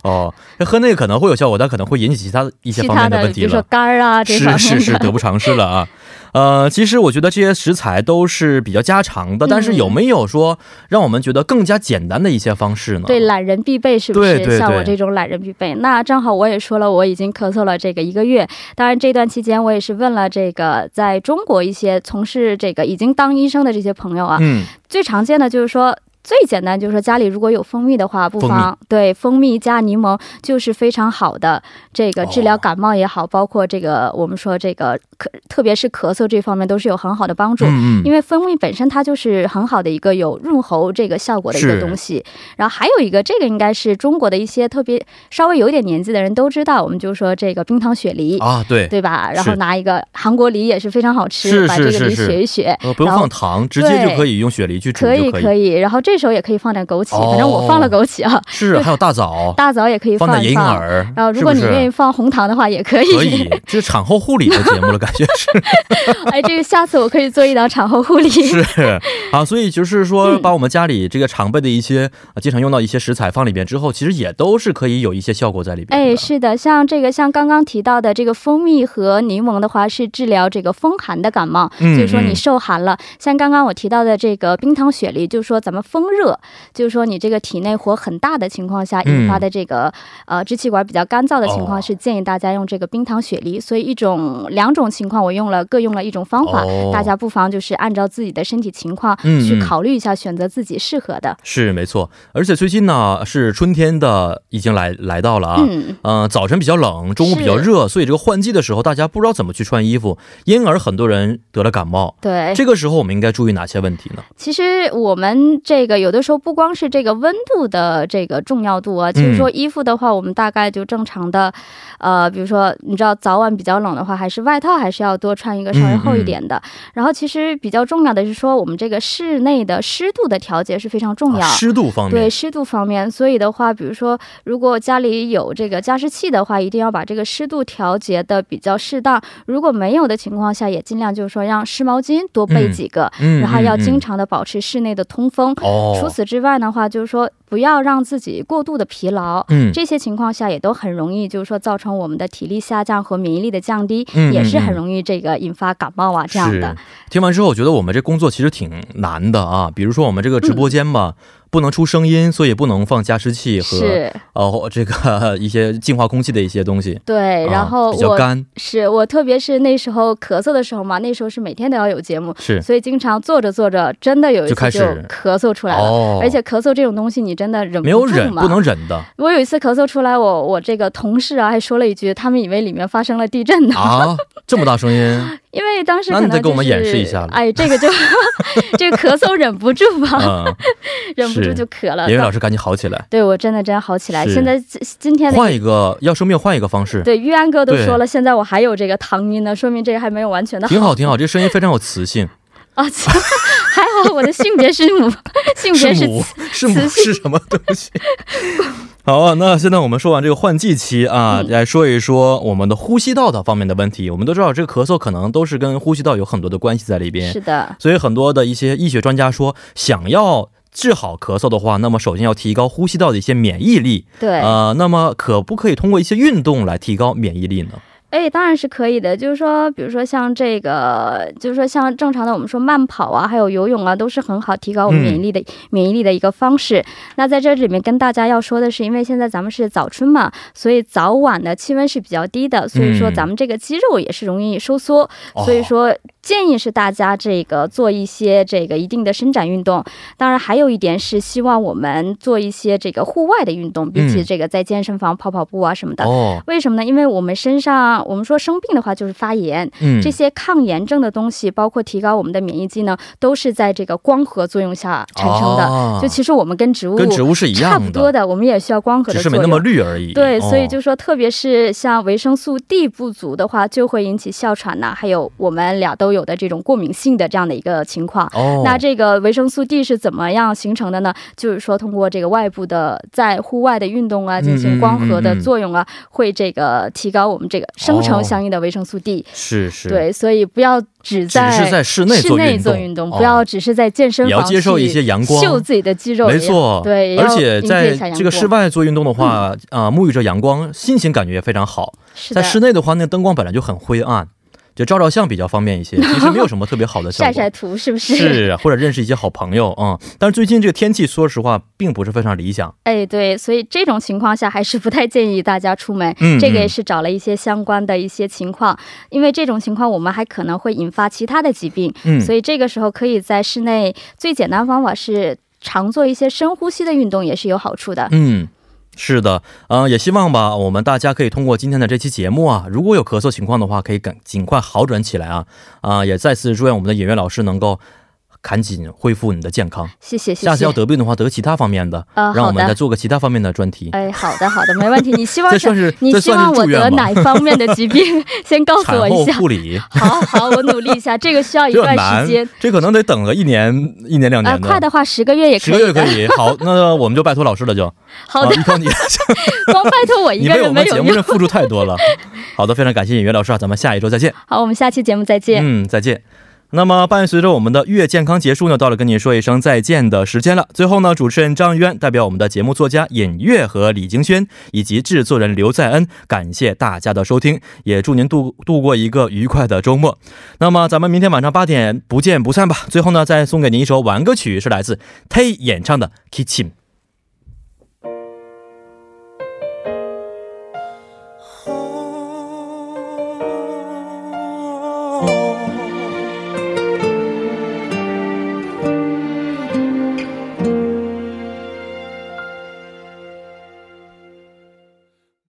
Speaker 1: 哦，那喝那个可能会有效果，但可能会引起其他一些
Speaker 8: 其
Speaker 1: 方
Speaker 8: 他
Speaker 1: 面
Speaker 8: 的
Speaker 1: 问
Speaker 8: 比
Speaker 1: 题
Speaker 8: 如说
Speaker 1: 了。
Speaker 8: 肝儿啊这方
Speaker 1: 是
Speaker 8: 面
Speaker 1: 是是，得不偿失了啊。呃，其实我觉得这些食材都是比较家常的，但是
Speaker 8: 嗯
Speaker 1: 有没有说让我们觉得更加简单的一些方式呢？
Speaker 8: 对，懒人必备是不是？
Speaker 1: 对对
Speaker 8: 像我
Speaker 1: 对
Speaker 8: 这种懒人必备，那正好我也说了，我已经咳嗽了这个一个月。当然这段期间，我也是问了这个在中国一些从事这个已经当医生的这些朋友啊，
Speaker 1: 嗯，
Speaker 8: 最常见的就是说。最简单就是说，家里如果有蜂蜜的话，不妨对蜂蜜加柠檬就是非常好的这个治
Speaker 1: 哦
Speaker 8: 疗感冒也好，包括这个我们说这个咳，特别是咳嗽这方面都是有很好的帮助。
Speaker 1: 嗯嗯，
Speaker 8: 因为蜂蜜本身它就是很好的一个有润喉这个效果的一
Speaker 1: 是
Speaker 8: 个东西。然后还有一个，这个应该是中国的一些特别稍微有点年纪的人都知道，我们就说这个冰糖雪梨。
Speaker 1: 啊，对，
Speaker 8: 对吧？然
Speaker 1: 是
Speaker 8: 后拿一个韩国梨也是非常好吃，
Speaker 1: 是
Speaker 8: 把
Speaker 1: 是
Speaker 8: 这个
Speaker 1: 是
Speaker 8: 梨
Speaker 1: 是
Speaker 8: 学一学，
Speaker 1: 呃，不用
Speaker 8: 然后
Speaker 1: 放糖，直接就可以用雪梨去煮
Speaker 8: 可
Speaker 1: 就
Speaker 8: 以可
Speaker 1: 以。
Speaker 8: 以。然后这这时候也可以放点枸杞，
Speaker 1: 哦
Speaker 8: 反正我放了枸杞啊，
Speaker 1: 是还有大枣，
Speaker 8: 大枣也可以
Speaker 1: 放
Speaker 8: 放
Speaker 1: 点
Speaker 8: 一
Speaker 1: 银
Speaker 8: 放。
Speaker 1: 耳，
Speaker 8: 然后，如果你
Speaker 1: 是不是
Speaker 8: 愿意放红糖的话，也可以。
Speaker 1: 可以，这是产后护理的节目了，感觉是
Speaker 8: <laughs> 哎，这个下次我可以做一档产后护理。 <laughs>
Speaker 1: 是啊，所以就是
Speaker 8: 嗯
Speaker 1: 说，把我们家里这个常备的一些、啊经常用到一些食材放里边之后，其实也都是可以有一些效果在里边的。
Speaker 8: 哎，是的，像这个，像刚刚提到的这个蜂蜜和柠檬的话，是治疗这个风寒的感冒，
Speaker 1: 嗯
Speaker 8: 就是说你
Speaker 1: 嗯
Speaker 8: 受寒了。像刚刚我提到的这个冰糖雪梨，就是说咱们风热，就是说你这个体内火很大的情况下
Speaker 1: 嗯
Speaker 8: 引发的这个、呃支气管比较干燥的情况，
Speaker 1: 哦
Speaker 8: 是建议大家用这个冰糖雪梨。所以一种两种情况，我用了各用了一种方法，
Speaker 1: 哦
Speaker 8: 大家不妨就是按照自己的身体情况
Speaker 1: 嗯嗯
Speaker 8: 去考虑一下，选择自己适合的。
Speaker 1: 是没错，而且最近呢是春天的已经来来到了啊。
Speaker 8: 嗯，
Speaker 1: 嗯，早晨比较冷，中午比较热，所以这个换季的时候，大家不知道怎么去穿衣服，因而很多人得了感冒。
Speaker 8: 对，
Speaker 1: 这个时候我们应该注意哪些问题呢？
Speaker 8: 其实我们这个有的时候不光是这个温度的这个重要度啊，就是说衣服的话，我们大概就正常的，呃，比如说你知道早晚比较冷的话，还是外套还是要多穿一个稍微厚一点的。然后其实比较重要的是说，我们这个室内的湿度的调节是非常重要。
Speaker 1: 啊湿度方
Speaker 8: 对
Speaker 1: 面，
Speaker 8: 湿度方面，所以的话，比如说，如果家里有这个加湿器的话，一定要把这个湿度调节的比较适当。如果没有的情况下，也尽量就是说让湿毛巾多备
Speaker 1: 嗯
Speaker 8: 几个，
Speaker 1: 嗯
Speaker 8: 然后要经。
Speaker 1: 嗯嗯
Speaker 8: 常的保持室内的通风。
Speaker 1: 哦，
Speaker 8: 除此之外的话，就是说不要让自己过度的疲劳。
Speaker 1: 嗯
Speaker 8: 这些情况下也都很容易，就是说造成我们的体力下降和免疫力的降低，
Speaker 1: 嗯嗯
Speaker 8: 也是很容易这个引发感冒啊这样的
Speaker 1: 是。。听完之后，我觉得我们这工作其实挺难的啊。比如说我们这个直播间嘛，不能出声音，所以不能放加湿器和
Speaker 8: 嗯是，
Speaker 1: 哦 <laughs> 这个一些净化空气的一些东西。
Speaker 8: 对。然后
Speaker 1: 啊、比较
Speaker 8: 我、
Speaker 1: 干，
Speaker 8: 是我，特别是那时候咳嗽的时候嘛，那时候是每天都要有节目，
Speaker 1: 是
Speaker 8: 所以经常做着做着，真的有一
Speaker 1: 就开
Speaker 8: 次
Speaker 1: 始
Speaker 8: 就咳嗽出来了。
Speaker 1: 哦，
Speaker 8: 而且咳嗽这种东西，你真的忍
Speaker 1: 没有
Speaker 8: 不住
Speaker 1: 忍
Speaker 8: 嘛，
Speaker 1: 不能忍
Speaker 8: <laughs>
Speaker 1: 的
Speaker 8: 我有一次咳嗽出来，我我这个同事啊还说了一句，他们以为里面发生了地震呢，
Speaker 1: 啊，这么大声
Speaker 8: <laughs>
Speaker 1: 音，
Speaker 8: 因为当时
Speaker 1: 那
Speaker 8: 可
Speaker 1: 你得
Speaker 8: 能、就是、
Speaker 1: 给我们演示一下了
Speaker 8: 哎，这
Speaker 1: <laughs>
Speaker 8: 个就这个咳嗽忍不住吧， <laughs>
Speaker 1: 嗯，
Speaker 8: 忍不住
Speaker 1: 是
Speaker 8: 就咳了。
Speaker 1: 演员老师赶紧好起来，
Speaker 8: 对我真的真好起来。
Speaker 1: 是
Speaker 8: 现在今今天
Speaker 1: 换
Speaker 8: 的
Speaker 1: 一个要生病换一个方式，
Speaker 8: 对玉安哥都
Speaker 1: 对
Speaker 8: 说了，现在我还有这个糖音呢，说明这个还没有完全的
Speaker 1: 挺好挺好，这声音非常有磁性，
Speaker 8: 啊。 <laughs> 还好我的性别是母， <laughs> 性别
Speaker 1: 是
Speaker 8: 是
Speaker 1: 母是
Speaker 8: 磁
Speaker 1: 母
Speaker 8: 性
Speaker 1: 是什么东
Speaker 8: <laughs>
Speaker 1: 西？好啊，那现在我们说完这个换季期啊，
Speaker 8: 嗯
Speaker 1: 来说一说我们的呼吸道的方面的问题。我们都知道，这个咳嗽可能都是跟呼吸道有很多的关系在里边
Speaker 8: 是，的，
Speaker 1: 所以很多的一些医学专家说，想要治好咳嗽的话，那么首先要提高呼吸道的一些免疫力。
Speaker 8: 对。
Speaker 1: 呃，那么可不可以通过一些运动来提高免疫力呢？
Speaker 8: 哎，当然是可以的。就是说，比如说像这个，就是说像正常的我们说慢跑啊，还有游泳啊，都是很好提高我们
Speaker 1: 嗯
Speaker 8: 免疫力的、免疫力的一个方式。那在这里面跟大家要说的是，因为现在咱们是早春嘛，所以早晚的气温是比较低的，所以说
Speaker 1: 嗯
Speaker 8: 咱们这个肌肉也是容易收缩。
Speaker 1: 哦
Speaker 8: 所以说建议是大家这个做一些这个一定的伸展运动。当然，还有一点是希望我们做一些这个户外的运动，比起
Speaker 1: 嗯
Speaker 8: 这个在健身房跑跑步啊什么的。
Speaker 1: 哦，
Speaker 8: 为什么呢？因为我们身上，我们说生病的话就是发炎，
Speaker 1: 嗯，
Speaker 8: 这些抗炎症的东西，包括提高我们的免疫机能，都是在这个光合作用下产生的。
Speaker 1: 哦
Speaker 8: 就其实我们跟植物
Speaker 1: 跟植物是一
Speaker 8: 差
Speaker 1: 样
Speaker 8: 不
Speaker 1: 的，
Speaker 8: 多的，我们也需要光合
Speaker 1: 只
Speaker 8: 的
Speaker 1: 是
Speaker 8: 作
Speaker 1: 没
Speaker 8: 用。
Speaker 1: 那么绿而已。
Speaker 8: 对，
Speaker 1: 哦
Speaker 8: 所以就说，特别是像维生素 D 不足的话，就会引起哮喘呐、还有我们俩都有的这种过敏性的这样的一个情况。
Speaker 1: 哦，
Speaker 8: 那这个维生素 D 是怎么样形成的呢？就是说通过这个外部的在户外的运动啊，
Speaker 1: 嗯
Speaker 8: 进行光合的作用啊，会这个提高我们这个生成相应的维生素 D。
Speaker 1: 是是，
Speaker 8: 对，所以不要只
Speaker 1: 只
Speaker 8: 在
Speaker 1: 是在室内做
Speaker 8: 室内
Speaker 1: 运
Speaker 8: 做
Speaker 1: 动
Speaker 8: 运动，
Speaker 1: 哦
Speaker 8: 不要只是在健身
Speaker 1: 也要
Speaker 8: 房
Speaker 1: 接受
Speaker 8: 去
Speaker 1: 一些阳光
Speaker 8: 秀自己的肌肉也
Speaker 1: 没
Speaker 8: 要，
Speaker 1: 错，
Speaker 8: 对，也
Speaker 1: 而
Speaker 8: 要
Speaker 1: 且
Speaker 8: 迎接
Speaker 1: 在
Speaker 8: 一下阳
Speaker 1: 这个
Speaker 8: 光嗯
Speaker 1: 室外做运动的话，啊、沐浴着阳光，心情感觉也非常好。
Speaker 8: 是
Speaker 1: 在
Speaker 8: 的
Speaker 1: 室内的话，那灯光本来就很灰暗，就照照相比较方便一些，其实没有什么特别好的效
Speaker 8: <laughs> 晒
Speaker 1: 果。
Speaker 8: 晒图是不是？
Speaker 1: 是，啊或者认识一些好朋友啊、嗯。但是最近这个天气，说实话，并不是非常理想。
Speaker 8: 哎，对，所以这种情况下还是不太建议大家出门。
Speaker 1: 嗯
Speaker 8: 这个
Speaker 1: 嗯
Speaker 8: 也是找了一些相关的一些情况，因为这种情况我们还可能会引发其他的疾病，
Speaker 1: 嗯，
Speaker 8: 所以这个时候可以在室内最简单方法是常做一些深呼吸的运动，也是有好处的。
Speaker 1: 嗯，是的，呃，也希望吧，我们大家可以通过今天的这期节目啊，如果有咳嗽情况的话，可以赶尽快好转起来啊啊、也再次祝愿我们的演员老师能够赶紧恢复你的健康。
Speaker 8: 谢谢谢
Speaker 1: 下次
Speaker 8: 谢
Speaker 1: 要。得病的话，得其他方面的，
Speaker 8: 呃，
Speaker 1: 让
Speaker 8: 好
Speaker 1: 我们再
Speaker 8: 的，
Speaker 1: 做个其他方面的专题。
Speaker 8: 哎，好的好的，没问题。你希望
Speaker 1: 这算是
Speaker 8: 你
Speaker 1: 这
Speaker 8: 希
Speaker 1: 算
Speaker 8: 望
Speaker 1: 是
Speaker 8: 我
Speaker 1: 住
Speaker 8: 得
Speaker 1: 院吧
Speaker 8: 哪？一方面的疾病？ <laughs> 先告诉我
Speaker 1: 产
Speaker 8: 一
Speaker 1: 后
Speaker 8: 下。
Speaker 1: 护理，
Speaker 8: 好好，我努力一下，这个需要一
Speaker 1: 这
Speaker 8: 段
Speaker 1: 难
Speaker 8: 时间。，
Speaker 1: 这可能得等个一年、一年两
Speaker 8: 啊、
Speaker 1: 年的。
Speaker 8: 快的话十个月也可
Speaker 1: 十
Speaker 8: 以。
Speaker 1: 个月可以，好，那我们就拜托老师了就，
Speaker 8: 好的
Speaker 1: 啊，，依
Speaker 8: <laughs>
Speaker 1: 靠你，
Speaker 8: 光拜托我一
Speaker 1: 你
Speaker 8: 个
Speaker 1: 为
Speaker 8: 人
Speaker 1: 我
Speaker 8: 没
Speaker 1: 们
Speaker 8: 有
Speaker 1: 节目
Speaker 8: 用
Speaker 1: 这。付出太
Speaker 8: <laughs>
Speaker 1: 多了。好的，非常感谢尹月老师啊，咱们下一周再见。
Speaker 8: 好，我们下期节目再见。
Speaker 1: 嗯，再见。那么伴随着我们的月健康结束呢，到了跟你说一声再见的时间了。最后呢，主持人张渊代表我们的节目作家尹月和李京轩以及制作人刘在恩，感谢大家的收听，也祝您度度过一个愉快的周末。那么咱们明天晚上八点不见不散吧。最后呢，再送给您一首晚歌曲，是来自 T 演唱的《Kitchen》。